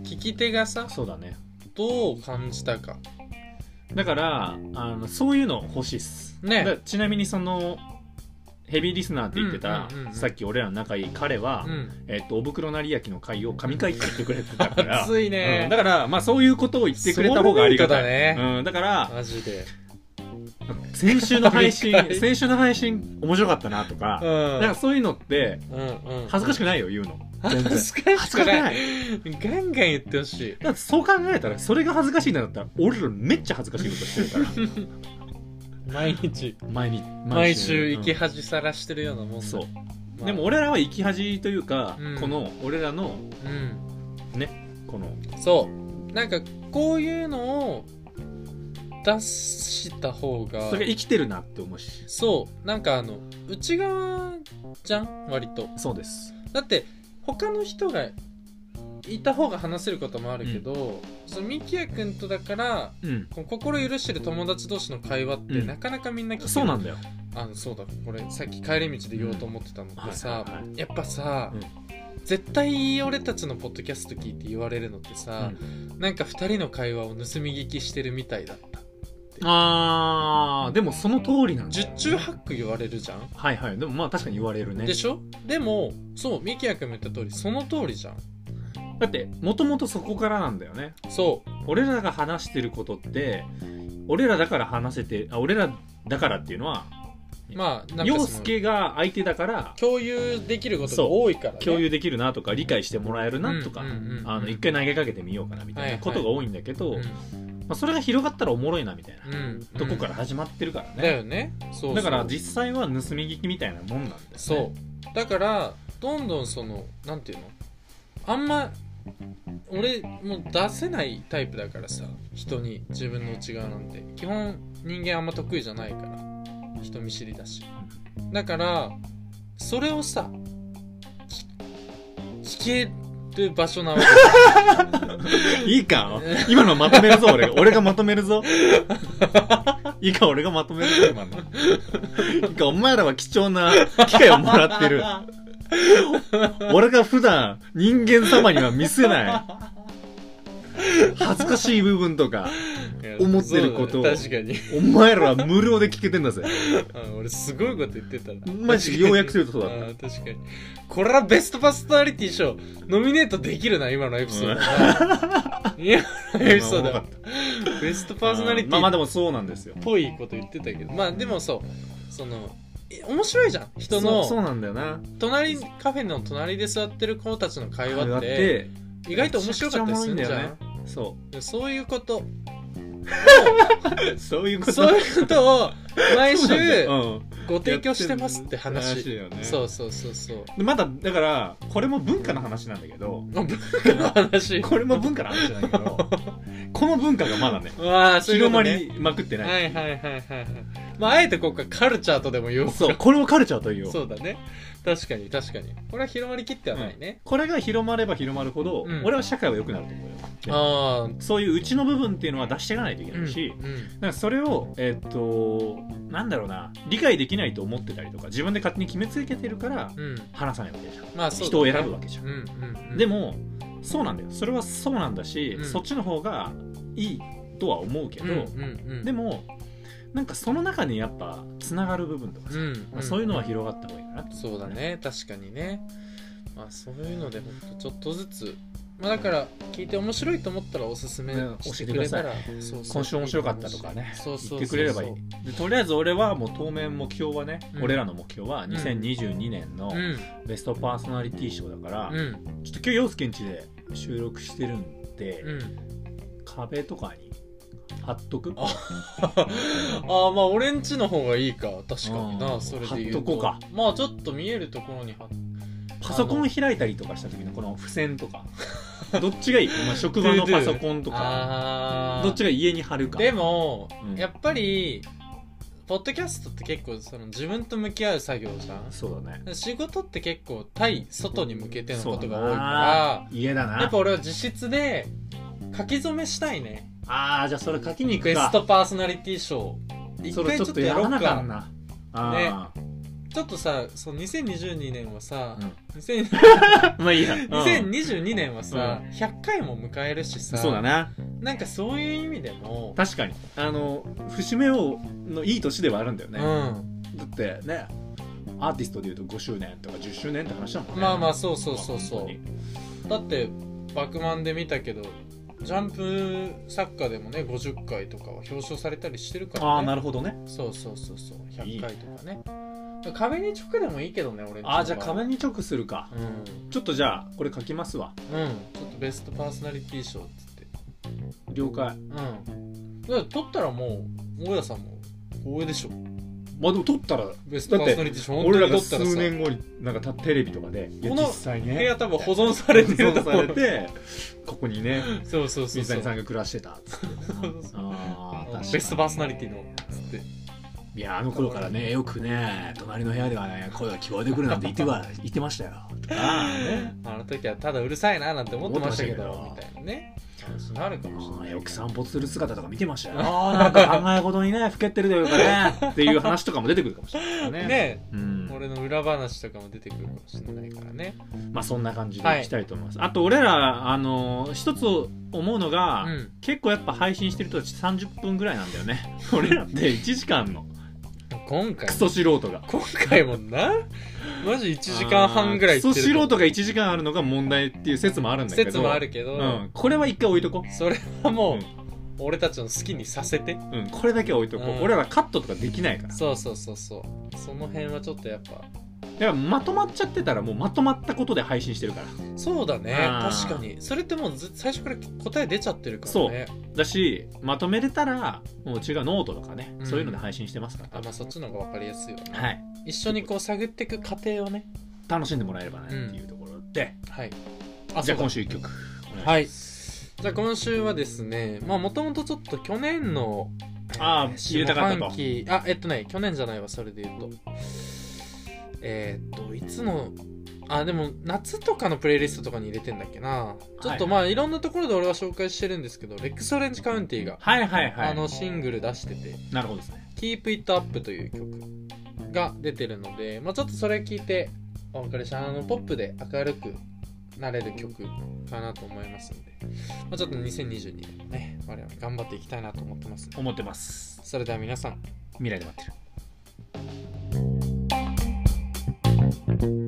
聞き手がさそうだねどう感じたかだからあのそういうの欲しいっす、ねだからちなみにそのヘビーリスナーって言ってた、うんうんうんうんさっき俺らの仲いい彼は、うんえっとお袋なり焼きの会を神回って言ってくれてたから熱いねうんだからまあそういうことを言ってくれた方がありがたソいウルメイトだうん、だからマジで先週の配 信神回先週の配信面白かったなとかう、だからんそういうのってうんうん恥ずかしくくないよ言うの恥全然ずかしくないいガンガン言ってほしいだってそう考えたらそれが恥ずかしいんだったら俺らめっちゃ恥ずかしいことしてるから毎日毎日 毎週生きうん恥さらしてるようなもんだ、そうまあでも俺らは生き恥というか、うんこの俺らのうんこのそうなんかこういうのを出した方がそれが生きてるなって思うしそうなんかあの内側じゃん割とそうですだって他の人がいた方が話せることもあるけど、そのミキヤ君とだからうんこう心許してる友達同士の会話ってうんなかなかみんな聞けないそうなんだよあのそうだこれさっき帰り道で言おうと思ってたのってさ、うんはいはいはやっぱさ、うん絶対俺たちのポッドキャスト聞いて言われるのってさ、なんか2人の会話を盗み聞きしてるみたいだったあーでもその通りなんだ十よね中八九言われるじゃん、はいはいでもまあ確かに言われるねでしょでもそうミキヤ君も言った通りその通りじゃんだってもともとそこからなんだよねそう俺らが話してることって俺らだから話せてあ俺らだからっていうのはまあなんか陽その介が相手だから共有できることが多いから、ね、共有できるなとか理解してもらえるなとかうんうんうんうんあの一回投げかけてみようかなみたいはないはいことが多いんだけうど、んまあ、それが広がったらおもろいなみたいな、うんとこから始まってるからだね、よねそうそうだから実際は盗み聞きみたいなもんなんだよねそうだからどんどんそのなんていうのあんま俺もう出せないタイプだからさ人に自分の内側なんて基本人間あんま得意じゃないから人見知りだしだからそれをさき聞ける場所なわけだいいか今のまとめるぞ俺俺がまとめるぞいいか俺がまとめるぞ今のいいかお前らは貴重な機会をもら ってる俺が普段人間様には見せない恥ずかしい部分とかいや思ってることそをうだね確かにお前らは無料で聞けてんだぜうん俺すごいこと言ってたなマジで要約するとそうだったあー確かにこれはベストパーソナリティ賞ノミネートできるな今のエピソード な、今のエピソードまあはベストパーソナリテまあまあでィっもそうなんですよぽいこと言ってたけどまあでもそうそのえ面白いじゃん人のそうそうなんだよな隣カフェの隣で座ってる子たちの会話って意外と面白かったりするんじゃんめちゃくちゃおもろいんだそでそういうことうそういうことそういうことを毎そうなんだ週ようんご提供してますって話やってるらしいよねそうそうそうそうでまだだからこれも文化の話なんだけどあ文化の話これも文化の話なんだけどこの文化がまだねうわあそういう広こまとねりまくってない、はいはいはいはいはい。まああえてここはカルチャーとでも言おうかそうこれをカルチャーというよそうだね確かに確かにこれは広まりきってはないね、これが広まれば広まるほど、うん俺は社会は良くなると思うよああそういううちの部分っていうのは出していかないといけないし、うんうんだからそれをえっとなんだろうな理解できないと思ってたりとか自分で勝手に決めつけてるからうん話さないわけじゃん、まあそう人を選ぶわけじゃん、うんうんうんでもそうなんだよそれはそうなんだし、うんそっちの方がいいとは思うけうど、んうんうんでもなんかその中にやっぱつながる部分とかうさ、んまあそういうのは広広がった方がいいかなってそうだね確かにねまあそういうのでほんとちょっとずつまあだから聞いて面白いと思ったらおすすめうんしてくれたらそうそう今週面白かったとかねそうそうそう言ってくれればいいでとりあえず俺はもう当面目標はね、うん俺らの目標はん2022年のうんベストパーソナリティ賞だから、うちょんっと今日陽介んちで収録してるんで、うん壁とかに貼っとく あああまあ俺んちの方がいいか確かにうなんそれで言う貼っとこうかまあちょっと見えるところに貼っパソコン開いたりとかした時のこの付箋とかどっち がいいお前職場のパソコンとかあーどっちが家に貼るかでも、うんやっぱりポッドキャストって結構その自分と向き合う作業じゃんそうだね仕事って結構対外に向けてのことが多いそうだかな家だらやなっぱ俺は実質で書き初めしたいねあーじゃあそれ書きに行くベかストパーソナリティ賞一それ回ちょちょっっととややろらうなかかんなあちょっとさその2022年はさ、ー、ね2000うん、まあいい や、うん2022年はさ、100回も迎えるしさそうだななんかそういう意味でも、確かにあの節目をのいい年ではあるんだようね、んだってねアーティストでいうと5周年とか10周年って話だもんねまあまあそそうそうそうそうだって「バクマン」で見たけどジャンプ作家でもね50回とかは表彰されたりしてるから、ね、ああーなるほどねそうそうそうそう100回とかね壁に直でもいいけどね俺んちの場合ああじゃあ壁に直するかうん、ちょっとじゃあこれ書きますわうん、ちょっとベストパーソナリティ賞っつって了解うんだから取ったらもう大家さんも光栄でしょまあでも撮ったらベストパーソナリティ賞本俺当らにが取ったら数さ年後になんかたテレビとかでいやこの実際ね部屋多分保存されてると保思存さうれてここにねそうそうそう水そう谷さんが暮らしてたっつってそうそうああ確かにベストパーソナリティのつっていやあの頃からねよくね隣の部屋ではね声が聞こえてくるなんて言っては言ってましたよとかねあの時はただうるさいななんて思ってましたけど思みってたいなね話になるかもしれあなーいよく散歩する姿とか見てましたよあーなんか考え事にね老けてるというかね っていう話とかも出てくるかもしれないからねねうん俺の裏話とかも出てくるかもしれないからねまあそんな感じはでいいきたいと思います、あと俺らあの一つ思うのが、うん結構やっぱ配信してる人たち30分ぐらいなんだよね 俺らって1時間の今回クソ素人が今回もなマジ1時間半ぐらいあークソ素人とが1時間あるのが問題っていう説もあるんだけど説もあるけど、うん、これは一回置いとこそれはう、もう、うん俺たちの好きにさせてうんこれだけは置いとこう、うん俺らカットとかできないからそうそうそうそうその辺はちょっとやっぱだからまとまっちゃってたらもうまとまったことで配信してるからそうだねあー確かにそれってもうず最初から答え出ちゃってるからねだしまとめれたらもう違うノートとかね、うんそういうので配信してますかあらまあそっちの方が分かりやすいよね、はい一緒にこう探っていく過程をね楽しんでもらえればねっていうところで、はいあじゃそうあ今だ週1曲いはいじゃあ今週はですねまあもともとちょっと去年のあー下入れたかったと半期あえっとね去年じゃないわそれで言うとえーっといつのあでも夏とかのプレイリストとかに入れてんだっけなちょっとはいまあいろんなところで俺は紹介してるんですけどレックス・オレンジ・カウンティが、はいはいはいあのシングル出しててなるほどですね「Keep It Up」という曲が出てるので、まあ、ちょっとそれ聞いてお別れしたあのポップで明るくなれる曲かなと思いますので、まあ、ちょっと2022年もね我々頑張っていきたいなと思ってますね思ってますそれでは皆さん未来で待ってる